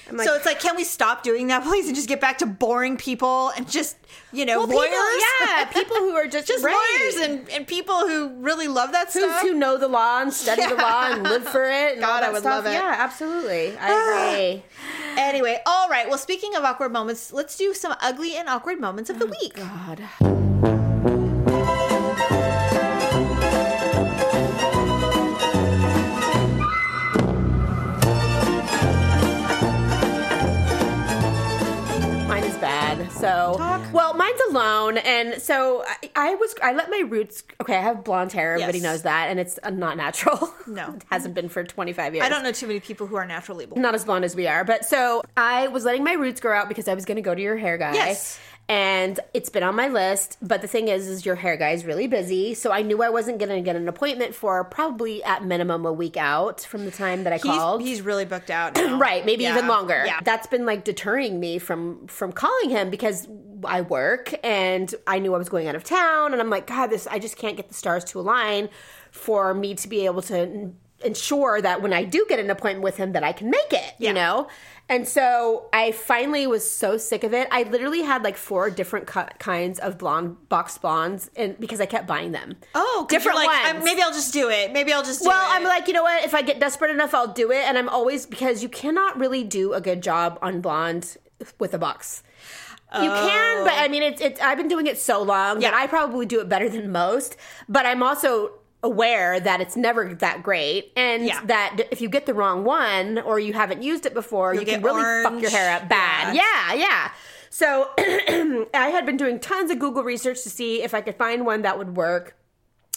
I'm like-
so it's like, can we stop doing that, please, and just get back to boring people and just you know
Well, people-
lawyers,
yeah, people who are just,
just
right.
lawyers and, and people who really love that
who,
stuff.
who know the law and study the
Yeah.
law and live for it. And all
God, I
that
would
stuff.
love it.
Yeah, absolutely. I agree.
Anyway, all right. Well, speaking of awkward moments, let's do some ugly and awkward moments of the week.
Oh, God. Mine is bad. So,
Talk.
well, mine's alone, and so I, I was. I let my roots. Okay, I have blonde hair. Everybody
Yes.
knows that, and it's uh, not natural.
No.
it hasn't been for twenty five years
I don't know too many people who are naturally blonde.
not as blonde as we are, but so I was letting my roots grow out because I was going to go to your hair guy.
Yes.
And it's been on my list, but the thing is, is your hair guy is really busy, so I knew I wasn't going to get an appointment for probably at minimum a week out from the time that I called.
He's, he's really booked out. now.
right, maybe
Yeah,
even longer.
Yeah.
That's been like deterring me from from calling him because I work and I knew I was going out of town, and I'm like, God, this I just can't get the stars to align for me to be able to n- ensure that when I do get an appointment with him that I can make it,
Yeah.
you know? And so I finally was so sick of it. I literally had like four different cu- kinds of blonde box blondes and because I kept buying them.
oh, 'cause you're
different
like,
ones.
I'm- maybe I'll just do it. Maybe I'll just do
Well,
it.
I'm like, you know what? If I get desperate enough, I'll do it. And I'm always because you cannot really do a good job on blonde with a box. You can, but I mean, it's it's. I've been doing it so long that
Oh. Yeah.
I probably do it better than most. But I'm also aware that it's never that great, and
Yeah.
that if you get the wrong one or you haven't used it before, you
get
can really fuck
orange.
your hair up bad.
Yeah.
yeah. yeah. So I had been doing tons of Google research to see if I could find one that would work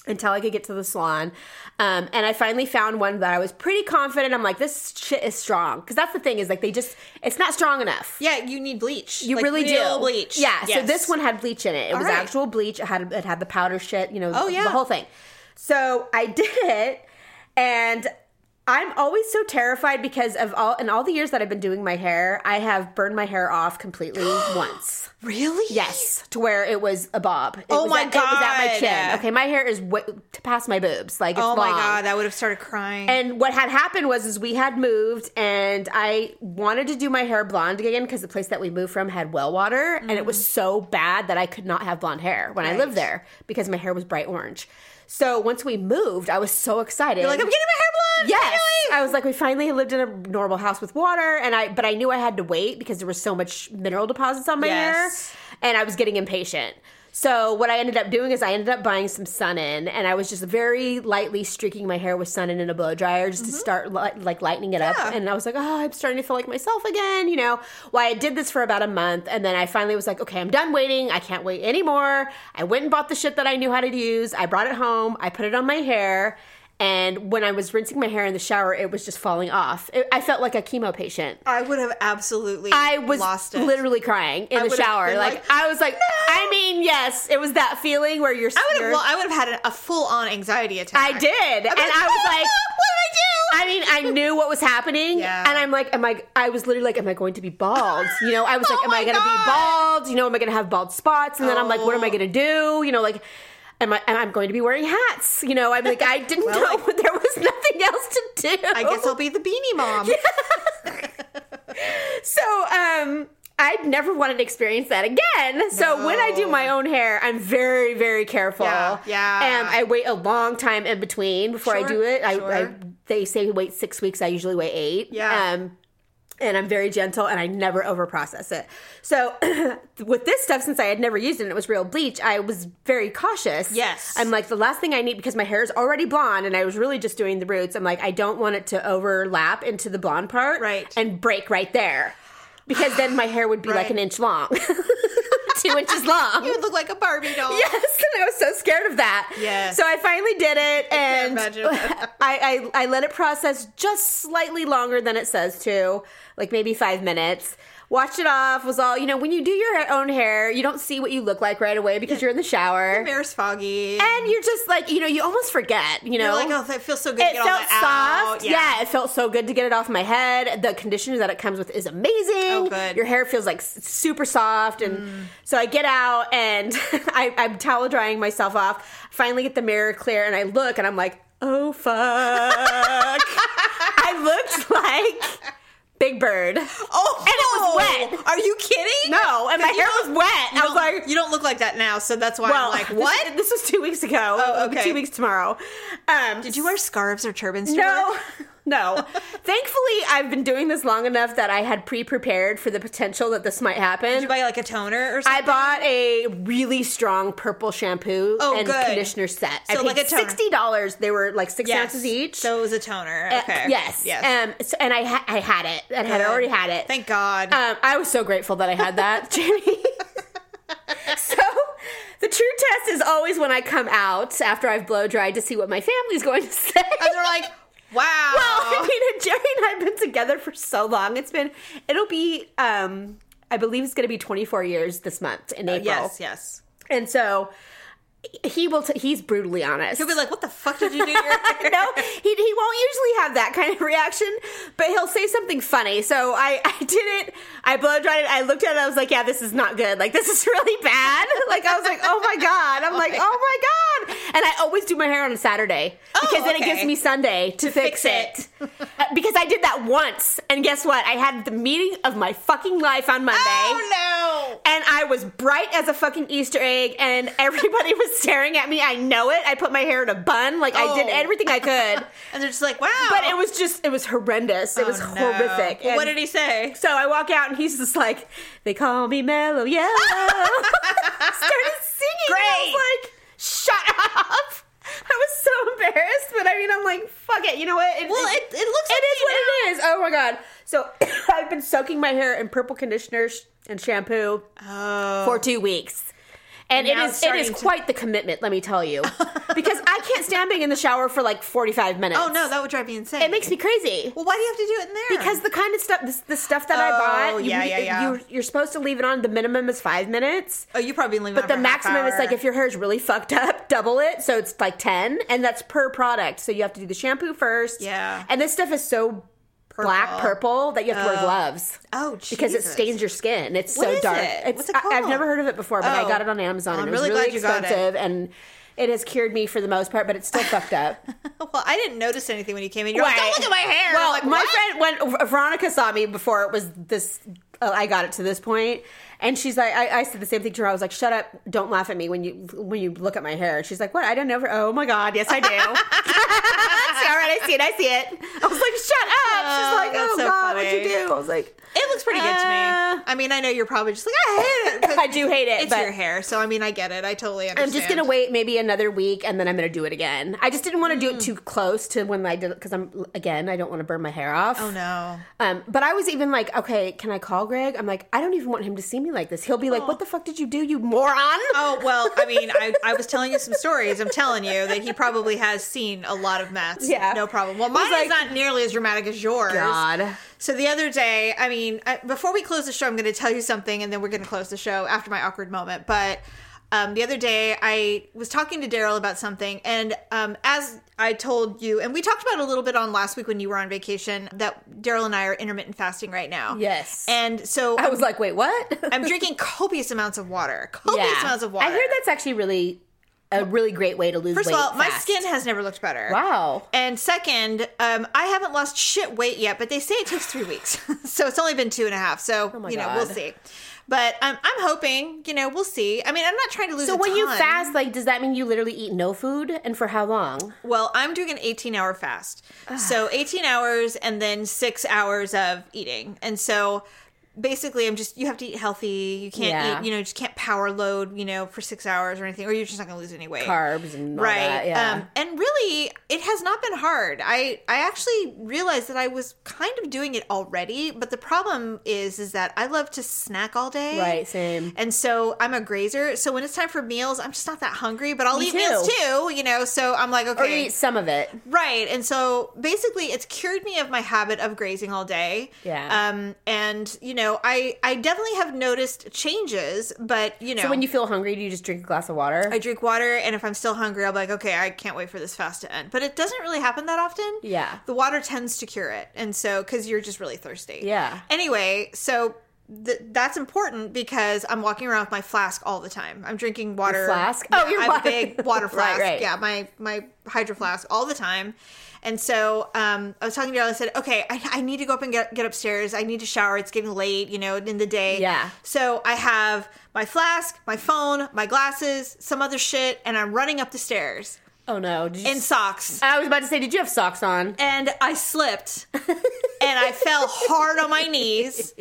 until I could get to the salon. Um, and I finally found one that I was pretty confident. I'm like, this shit is strong. Because that's the thing is like, they just, it's not strong enough.
yeah, you need bleach.
You
Like,
really
real
do
bleach.
Yeah. So
Yes.
this one had bleach in it. It was
right.
actual bleach. It had it had the powder shit. You know,
Oh, yeah.
the whole thing. So I did it, and I'm always so terrified because of all in all the years that I've been doing my hair, I have burned my hair off completely once.
Really?
Yes, to where it was a bob. It
Oh
was
my
at, It was at my
God.
chin. Okay, my hair is way, to past my boobs. Like it's
Oh my
long.
god, I would have started crying.
And what had happened was, is we had moved, and I wanted to do my hair blonde again because the place that we moved from had well water, and it was
Mm-hmm.
so bad that I could not have blonde hair when I lived there because my hair was bright orange. So once we moved, I was so excited.
You're like, I'm getting my hair blonde.
Yes, I was like, we finally lived in a normal house with water, and I but I knew I had to wait because there was so much mineral deposits on my
Yes.
hair, and I was getting impatient. So what I ended up doing is I ended up buying some sun in, and I was just very lightly streaking my hair with sun in in a blow dryer just to start li- like lightening it up. And I was like, oh, I'm starting to feel like myself again, you know. Well, I did this for about a month, and then I finally was like, okay, I'm done waiting. I can't wait anymore. I went and bought the shit that I knew how to use. I brought it home. I put it on my hair. And when I was rinsing my hair in the shower, it was just falling off. It, I felt like a chemo patient.
I would have absolutely.
I was
lost it.
literally crying in the
would've
shower.
been
Like,
like,
I was like, I mean, yes, it was that feeling where you're.
I would have.
you're-
Well, I would have had a, a full on anxiety attack.
I did, and
like,
I was like,
"What
I mean, I knew what was happening,
Yeah.
and I'm like, am I? I was literally like, am I going to be bald? You know, I was like,
Oh
am I
my
going to be
God.
bald? You know, am I going to have bald spots? And then I'm like, what am I
Oh.
going to do? You know, like. Am I, am I going to be wearing hats? You know, I'm like, I didn't
Well,
know there was nothing else to do.
I guess I'll be the beanie mom.
So, um, I never wanted to experience that again. So when I do my own hair, I'm very, very careful.
Yeah, yeah.
And I wait a long time in between before I
Sure,
do it. I, I
sure.
they say wait six weeks. I usually wait eight.
Yeah.
Um, and I'm very gentle and I never overprocess it. So with this stuff, since I had never used it and it was real bleach, I was very cautious.
Yes.
I'm like, the last thing I need because my hair is already blonde and I was really just doing the roots. I'm like, I don't want it to overlap into the blonde part
Right.
and break right there. Because then my hair would be like
Right.
an inch long. Two inches long.
You would look like a Barbie doll.
Yes, and I was so scared of that.
Yes.
So I finally did it, and
imagine.
I, I I let it process just slightly longer than it says to, like maybe five minutes. Watched it off. Was all you know. When you do your own hair, you don't see what you look like right away because you're in the shower,
Hair's foggy.
and you're just like you know you almost forget. You know,
You're like, oh, that feels so good. to
it
get all
felt
that
soft.
Out.
Yeah. it felt so good to get it off my head. The conditioner that it comes with is amazing.
Oh, good. Mm.
Your hair feels like s- super soft, and so I get out and I, I'm towel drying myself off. Finally, get the mirror clear, and I look, and I'm like, oh fuck! I looked like Big Bird.
Oh,
And it was
no.
wet.
Are you kidding?
No, and my
You
hair was
don't-
wet.
you
I was
don't-
like,
you don't look like that now, so that's why
well,
I'm like,
this-
what?
This, was two weeks ago.
Oh,
It'll be
okay.
Two weeks tomorrow. Um,
Did you wear scarves or turbans? to
No,
work?
no. Thankfully, I've been doing this long enough that I had pre prepared for the potential that this might
Did you
happen.
buy like a toner or something?
I bought a really strong purple shampoo
Oh,
and
good.
conditioner set. I
So,
paid
like a toner.
sixty dollars. They were like six
Yes.
ounces each.
So it was a toner.
Uh,
Okay.
yes,
Yes.
Um, so, and I ha- I had it. I had
Good.
already had it.
Thank God.
Um, I was so grateful that I had that, Jamie. so, the true test is always when I come out after I've blow dried to see what my family's going to say.
and they're like, wow.
Well, I mean, Jerry and I have been together for so long. It's been, it'll be, um, I believe it's going to be 24 years this month in April.
yes, yes.
And so he will, t- he's brutally honest.
He'll be like, what the fuck did you do to your hair?
no, he, he won't usually have that kind of reaction, but he'll say something funny. So I, I did it. I blow dried it. I looked at it. I was like, yeah, this is not good. Like, this is really bad. Like, I was like, oh my God. I'm like,
my
oh my God. And I always do my hair on a Saturday because then it
Oh, okay.
gives me Sunday to, fix,
fix
it. Uh, because I did that once. And guess what? I had the meeting of my fucking life on Monday
Oh, no.
and I was bright as a fucking Easter egg, and everybody was staring at me. I know it. I put my hair in a bun. Like, I did
Oh.
everything I could.
And they're just like, wow.
But it was just, it was horrendous. It was
Oh, no.
horrific.
Well, what
And
did he say?
So I walk out, and he's just like, they call me Mellow Yellow. Started singing. and I
Great.
was like, shut up. I was so embarrassed, but I mean, I'm like, fuck it. You know what? It-
Well, it, it looks like
it is
you
what it is. Oh my god. So I've been soaking my hair in purple conditioner sh- and shampoo
know. Oh.
for two weeks. And it
Now
is it
it's
is
starting to-
quite the commitment, let me tell you. because I can't stand being in the shower for like 45 minutes.
Oh no, that would drive me insane.
it makes me crazy.
Well, why do you have to do it in there?
Because the kind of stuff, this, the stuff that I
Oh,
bought, you,
yeah, yeah, yeah.
You're, you're supposed to leave it on. The minimum is five minutes,
oh, you probably leave.
but the maximum is like if your hair is really fucked up, double it. So it's like ten, and that's per product. So you have to do the shampoo first.
Yeah.
and this stuff is so black purple that you have to wear gloves.
Oh,
because it
Jesus.
stains your skin. It's
What
so
is
dark.
it?
It's,
What's it
I, have
called?
never heard of it before, but I
Oh.
got it on Amazon.
Well,
and
I'm
it was
really
really
glad you got it.
expensive, and it has cured me for the most part, but it's still fucked up.
Well, I didn't notice anything when you came in. You're like,
Right.
don't look at my hair.
Well,
I'm like,
my
"What?"
friend when Veronica saw me before it was this. Uh, I got it to this point, and she's like, I, I said the same thing to her. I was like, "Shut up! Don't laugh at me when you when you look at my hair." She's like, "What? I don't know." Oh my god, yes I do. It's All right, I see it. I see it. I was like, "Shut up!" She's like,
that's
"Oh
so
god, what'd you
funny.
do?" I was like,
It looks pretty good to
Uh,
me. I mean, I know you're probably just like, I hate it. but
I do hate it,
It's
but-
your hair, so I mean, I get it. I totally understand.
"I'm just gonna wait maybe another week, and then I'm gonna do it again." I just didn't want to
Mm.
do it too close to when I did it because I'm again, I don't want to burn my hair off.
Oh no.
Um, but I was even like, okay, can I call Greg? I'm like, I don't even want him to see me like this. He'll be like, what the fuck did you do, you moron?
Oh well, I mean, I, I was telling you some stories. I'm telling you that he probably has seen a lot of mats.
Yeah.
no problem. Well,
He's
mine
like-
is not nearly as dramatic as yours.
God.
So the other day, I mean, I, before we close the show, I'm going to tell you something, and then we're going to close the show after my awkward moment. But um, the other day, I was talking to Daryl about something, and um, as I told you, and we talked about it a little bit on last week when you were on vacation, that Daryl and I are intermittent fasting right now.
Yes.
and so
I was like, wait, what?
I'm drinking copious amounts of water. Copious amounts of water.
I heard that's actually really a really great way to lose
First
weight.
of all, my
fast.
skin has never looked better.
Wow.
And second, um, I haven't lost shit weight yet, but they say it takes three weeks. so it's only been two and a half. So,
Oh my
you know, we'll
God.
see. But um, I'm hoping, you know, we'll see. I mean, I'm not trying to lose
So
a
when you
ton.
fast, like, does that mean you literally eat no food? And for how long?
Well, I'm doing an 18 hour fast. so 18 hours and then six hours of eating. And so basically, I'm just, you have to eat healthy. You can't
Yeah.
eat, you know, just can't power load, you know, for six hours or anything, or you're just not going to lose any weight.
Carbs and all
right.
that, yeah.
Um, and really, it has not been hard. I, I actually realized that I was kind of doing it already. But the problem is, is that I love to snack all day.
Right, same.
And so I'm a grazer. So when it's time for meals, I'm just not that hungry, but I'll
Me
eat meals
too.
too, you know? So I'm like, okay.
Or you eat some of it.
Right. And so basically it's cured me of my habit of grazing all day.
Yeah.
Um and you know, I I definitely have noticed changes, but you know,
So when you feel hungry, do you just drink a glass of water?
I drink water and if I'm still hungry, I'll be like, okay, I can't wait for this fast to end. But it doesn't really happen that often.
Yeah.
The water tends to cure it. And so cuz you're just really thirsty.
Yeah.
Anyway, so Th- that's important because I'm walking around with my flask all the time. I'm drinking water.
flask?
Yeah,
Oh, your
I have
water.
a big water
Right,
flask.
right.
Yeah, my my hydro flask all the time. And so um, I was talking to her. I said, "Okay, I, I need to go up and get, get upstairs. I need to shower. It's getting late, you know, in the day.
Yeah.
So I have my flask, my phone, my glasses, some other shit, and I'm running up the stairs
oh no. Did you
in socks.
I was about to say, did you have socks on?
And I slipped, and I fell hard on my knees,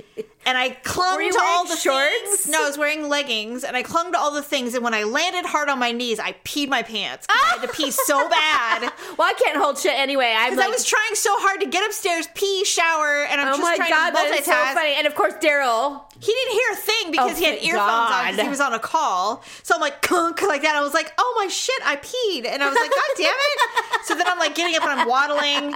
and I clung
Were you
to all
wearing
the
shorts?
things. No, I was wearing leggings, and I clung to all the things. And when I landed hard on my knees, I peed my pants. 'cause I had to pee so bad.
Well, I can't hold shit anyway. I'm
Because
like,
I was trying so hard to get upstairs, pee, shower, and I'm
oh
just
my
trying
god,
to
that
multitask.
is so funny. And of course, Daryl.
He didn't hear a thing because
Oh,
he had
thank
earphones on
God.
because he was on a call. So I'm like, kunk, like that. I was like, oh my shit, I peed. And I was like, god damn it. So then I'm like getting up and I'm waddling.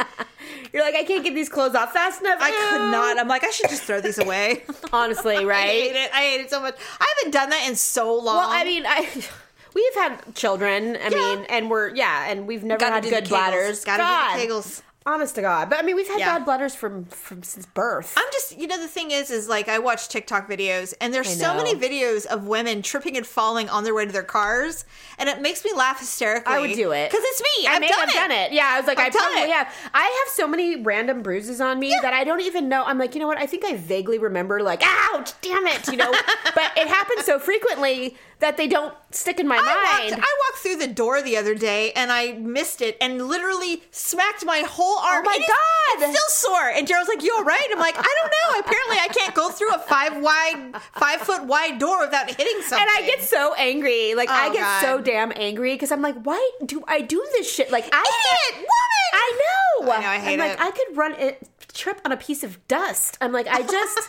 You're like, I can't get these clothes off fast enough.
I could not. I'm like, I should just throw these away.
Honestly,
I hate
right?
it. I hate it so much. I haven't done that in so long.
well, I mean, I we've had children. I mean, and we're yeah, and we've never
Gotta
had
do the
good
Kegels.
bladders.
Gotta do the
God.
Kegels.
Honest to God, but I mean, we've had
Yeah.
bad bladders from from since birth.
I'm just, you know, the thing is, is like I watch TikTok videos and there's so
know.
many videos of women tripping and falling on their way to their cars. And it makes me laugh hysterically.
I would do it
Because it's me. I
I
have
may
done,
have
it.
done it. Yeah, I was like,
I've
i
done
probably
it.
have. I have so many random bruises on me that I don't even know. I'm like, you know what? I think I vaguely remember, like, ouch, damn it, you know. but it happens so frequently that they don't stick in my
I
mind.
walked, I walked through the door the other day and I missed it and literally smacked my whole arm.
Oh my
It is-
God.
It's still sore. And Daryl's like, "You all right?" I'm like, "I don't know. Apparently, I can't go through a five wide, five foot wide door without hitting something."
and I get so angry. Like I
Oh,
get
God.
so damn angry because I'm like, why do I do this shit? Like I
Idiot! Woman! Oh,
I know.
I know, I hate
am like
it.
I could run it trip on a piece of dust. I'm like I just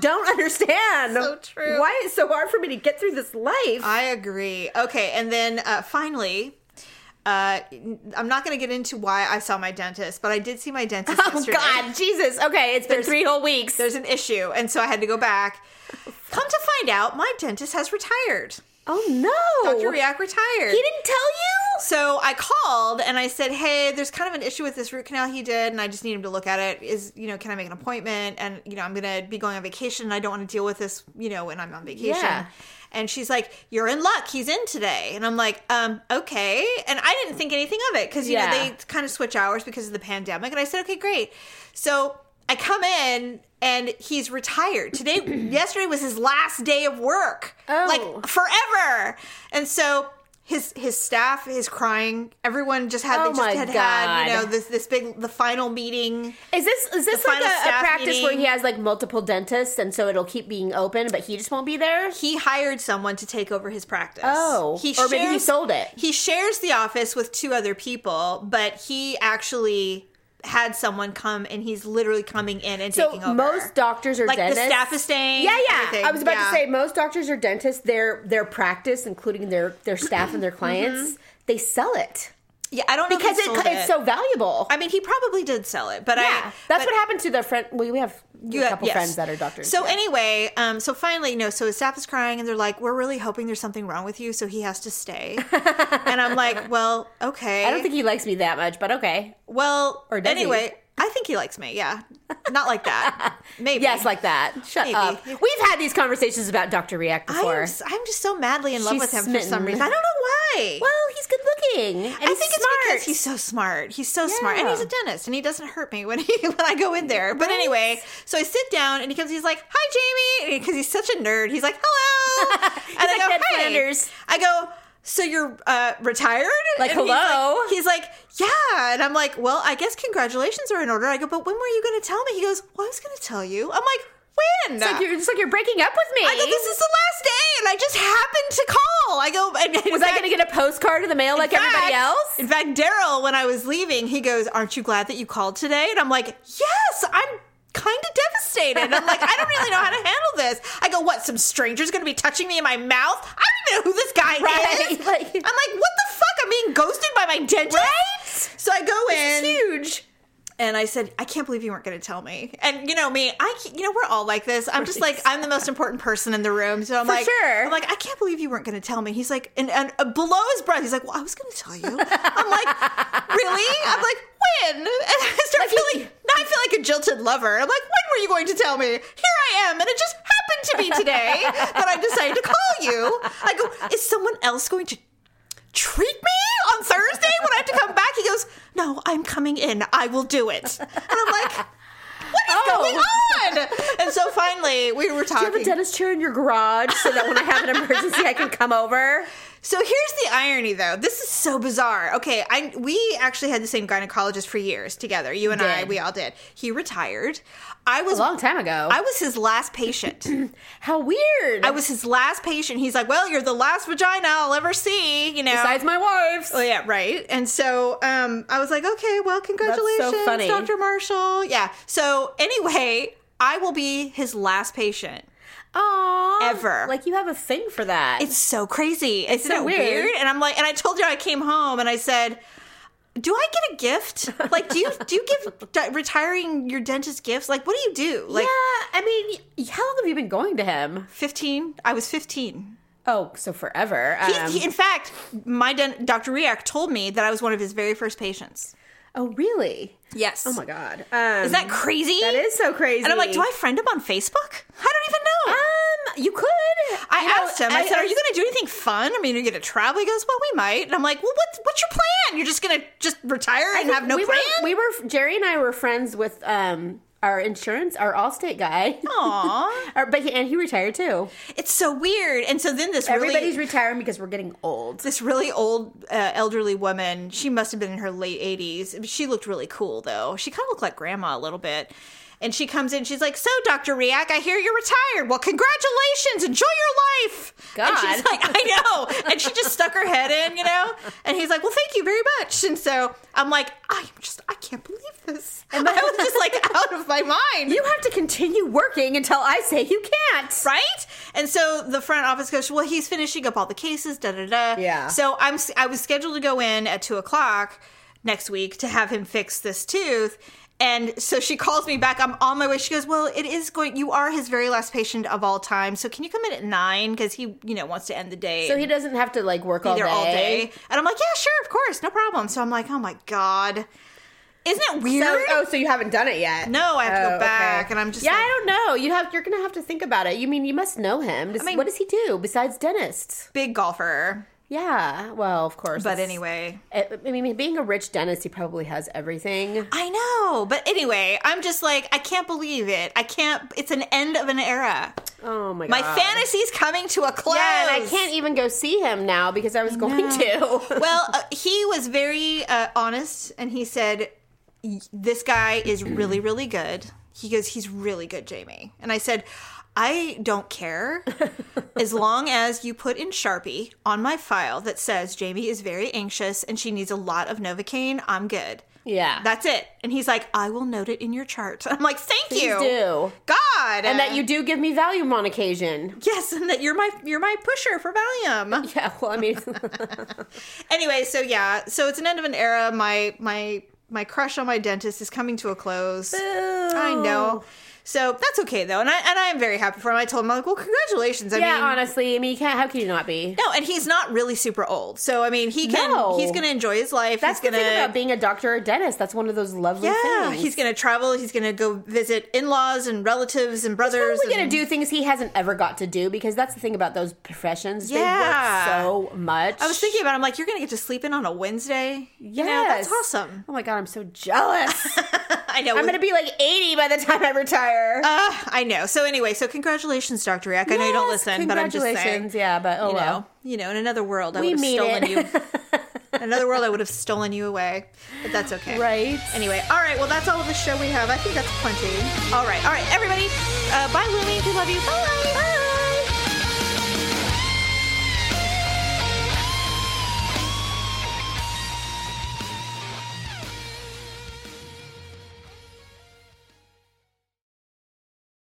don't understand.
So true.
Why it's so hard for me to get through this life.
I agree. Okay, and then uh, finally, uh, I'm not going to get into why I saw my dentist, but I did see my dentist.
oh
yesterday.
God, Jesus. Okay, it's been three whole weeks.
There's an issue, and so I had to go back. Come to find out, my dentist has retired.
Oh no.
Dr. Riak retired.
He didn't tell you?
So I called and I said, "Hey, there's kind of an issue with this root canal he did, and I just need him to look at it. Is you know, can I make an appointment? And you know, I'm gonna be going on vacation, and I don't want to deal with this, you know, when I'm on vacation."
Yeah.
And she's like, "You're in luck. He's in today." And I'm like, "Um, okay." And I didn't think anything of it because you
Yeah.
know they kind of switch hours because of the pandemic. And I said, "Okay, great." So I come in and he's retired today. yesterday was his last day of work
Oh.
like forever. And so his his staff is crying. Everyone just had
Oh
they just
my
had had you
God.
know this this big the final meeting.
Is this is this
The
like a,
final
a
staff
practice where he
meeting.
has like multiple dentists and so it'll keep being open, but he just won't be there?
He hired someone to take over his practice.
Oh.
he
Or maybe he
shares-
sold it.
He shares the office with two other people, but he actually had someone come and he's literally coming in and
So
taking over.
most doctors or
like
dentists.
the staff is staying.
yeah, yeah.
everything.
I was about
Yeah.
to say most doctors or dentists, their their practice, including their their staff and their clients, they sell it
Yeah, I don't know if he
because it,
Mm-hmm. Oh, sold
it's so valuable.
I mean, he probably did sell it, but
yeah,
I
that's
but-
what happened to the friend. Well, we have
You
a
have-
couple
yes.
friends that are doctors.
So
yeah.
anyway, um, so finally, no. So his staff is crying, and they're like, "We're really hoping there's something wrong with you, so he has to stay." and I'm like, "Well, okay."
I don't think he likes me that much, but okay.
Well,
Or does he?
anyway, I think he likes me. Yeah, not like that. Maybe
Yes, like that. Shut
Maybe.
up. We've had these conversations about Dr. React
I am,
before.
s- I'm just so madly in love
She's
with him for some
smitten.
reason. I don't know why.
well, he's good looking. And
I
he's smart.
think it's because he's so smart. He's so smart, and
Yeah.
he's a dentist, and he doesn't hurt me when he when I go in there. But
Right.
anyway, so I sit down, and he comes. He's like, "Hi, Jamie," because he's such a nerd. He's like, "Hello," and
like Ned Flanders.
I go. So you're uh, retired?
Like,
And he's
hello?
He's like, yeah, and I'm like, well, I guess congratulations are in order. I go, but when were you going to tell me? He goes, well, I was going to tell you. I'm like, when?
It's like you're, it's like you're breaking up with me.
I go, this is the last day, and I just happened to call. I go, and, and
Was I going to get a postcard in the mail like
in
everybody
fact-
else?
In fact, Daryl, when I was leaving, he goes, "Aren't you glad that you called today?" And I'm like, "Yes, I'm." Kind of devastated. I'm like, I don't really know how to handle this. I go, what? Some stranger's going to be touching me in my mouth? I don't even know who this guy
Right,
is.
like-
I'm like, what the fuck? I'm being ghosted by my dentist.
Right?
So I go in
huge.
and I said, I can't believe you weren't going to tell me. And you know me, I can't- you know we're all like this. I'm just like I'm the most important person in the room, so I'm
For
like,
sure.
I'm like I can't believe you weren't going to tell me. He's like, and, and uh, below his breath, he's like, well, I was going to tell you. I'm like, really? I'm like, when? And I start feeling now I feel like a jilted lover. I'm like, when were you going to tell me? Here I am, and it just happened to be today that I decided to call you. I go, is someone else going to treat me on Thursday when I have to come back? He goes, No, I'm coming in. I will do it. And I'm like, What is going on? And so finally, we were
Oh. Do you have a
talking.
dentist chair in your garage so that when I have an emergency, I can come over?
So here's the irony, though. This is so bizarre. Okay, I we actually had the same gynecologist for years together. You and I,
Did.
we all did. He retired. I was
A long time ago.
I was his last patient.
How weird.
I was his last patient. He's like, "Well, you're the last vagina I'll ever see." You know,
Besides my wife's.
Oh yeah, right. And so um, I was like, okay, well, congratulations,
funny.
Dr. Marshall. Yeah. So anyway, I will be his last patient.
Aww.
Ever.
Like you have a thing for that.
It's so crazy. Isn't
so
it
weird.
weird? And I'm like, and I told her I came home and I said, do I get a gift? Like, do you do you give di- retiring your dentist gifts? Like, what do you do? Like,
yeah, I mean, y- how long have you been going to him?
15. I was 15.
Oh, so forever.
He,
Um,
he- in fact, my den- Dr. Riak told me that I was one of his very first patients.
oh, really?
Yes.
Oh my god. Um,
Is that crazy?
That is so crazy.
And I'm like, do I friend him on Facebook? I don't even know.
Um, you could.
I
You know,
asked him. I, said, "Are you going to do anything fun? I mean, are you going to travel?" He goes, "Well, we might." And I'm like, "Well, what's what's your plan? You're just going to just retire and have no
we
plan?"
Were, we were Jerry and I were friends with um our insurance, our Allstate guy.
Aw.
Our- but he, and he retired too.
it's so weird. And so then this
Everybody's
really,
retiring because we're getting old.
this really old uh, elderly woman. She must have been in her late 80s. She looked really cool though. She kind of looked like grandma a little bit. And she comes in. She's like, "So, Doctor Riak, I hear you're retired. Well, congratulations. Enjoy your life." And she's
God.
like, I know. And she just stuck her head in, you know? And he's like, Well, thank you very much. And so I'm like, I'm just, I can't believe this. I was just like out of my mind.
You have to continue working until I say you can't.
right? And so the front office goes, well, he's finishing up all the cases, da da da.
Yeah.
So I'm I was scheduled to go in at two o'clock next week to have him fix this tooth. And so she calls me back. I'm on my way. She goes, well, it is going. You are his very last patient of all time. So can you come in at nine because he, you know, wants to end the day.
So he doesn't have to like work all
be
day.
there all day. And I'm like, yeah, sure, of course, no problem. So I'm like, oh my god, isn't it weird?
So, oh, so you haven't done it yet?
No, I have to go
Oh,
back, and I'm just
yeah.
like-
I don't know. You have you're gonna have to think about it. You mean you must know him? Does-
mean-
what does he do besides dentists?
Big golfer,
Yeah, well, of course.
but
it's-
anyway,
I I mean, being a rich dentist, he probably has everything.
I know. But anyway, I'm just like, I can't believe it. I can't. It's an end of an era.
Oh my god,
My fantasy's coming to a close.
Yeah, and I can't even go see him now because I was going to.
well, uh, he was very uh, honest, and he said, "Y- "This guy is really, really good." He goes, "He's really good, Jamie." And I said, "I don't care, as long as you put in Sharpie on my file that says Jamie is very anxious and she needs a lot of Novocaine. I'm good.
yeah,
That's it." And he's like, "I will note it in your chart." I'm like, "Thank
Please
you,
do.
God,"
And that you do give me Valium on occasion.
Yes, and that you're my you're my pusher for Valium.
Yeah, well, I mean,
anyway so yeah so it's an end of an era my my my crush on my dentist is coming to a close i know so that's okay though and i and i am very happy for him i told him I'm like well congratulations i
yeah.
mean
honestly, I mean, you can't. How can you not be?
no and he's not really super old so i mean he can
No.
he's gonna enjoy his life
That's
he's
the
gonna
thing about being a doctor or dentist. That's one of those lovely
yeah
things.
he's gonna travel he's gonna go visit in-laws and relatives and brothers
probably going
and-
to do things he hasn't ever got to do because that's the thing about those professions.
Yeah.
They work so much.
i was thinking about it, i'm like you're gonna get to sleep in on a wednesday
yeah,
you know, that's awesome
Oh my god, I'm so jealous.
i know
I'm going to be like 80 by the time I retire.
Ah, I know. So anyway, so congratulations, Dr. Yak. I know you don't
Yes,
listen, but I'm just saying.
congratulations. Yeah, but oh
You
well.
know, you know, in another world, I
We
would have
made
stolen
it.
you. In another world, I would have stolen you away, but that's okay.
Right.
Anyway, all right. Well, that's all the show we have. I think that's plenty. All right. All right, everybody. Uh, bye, Lumi. We love you. Bye.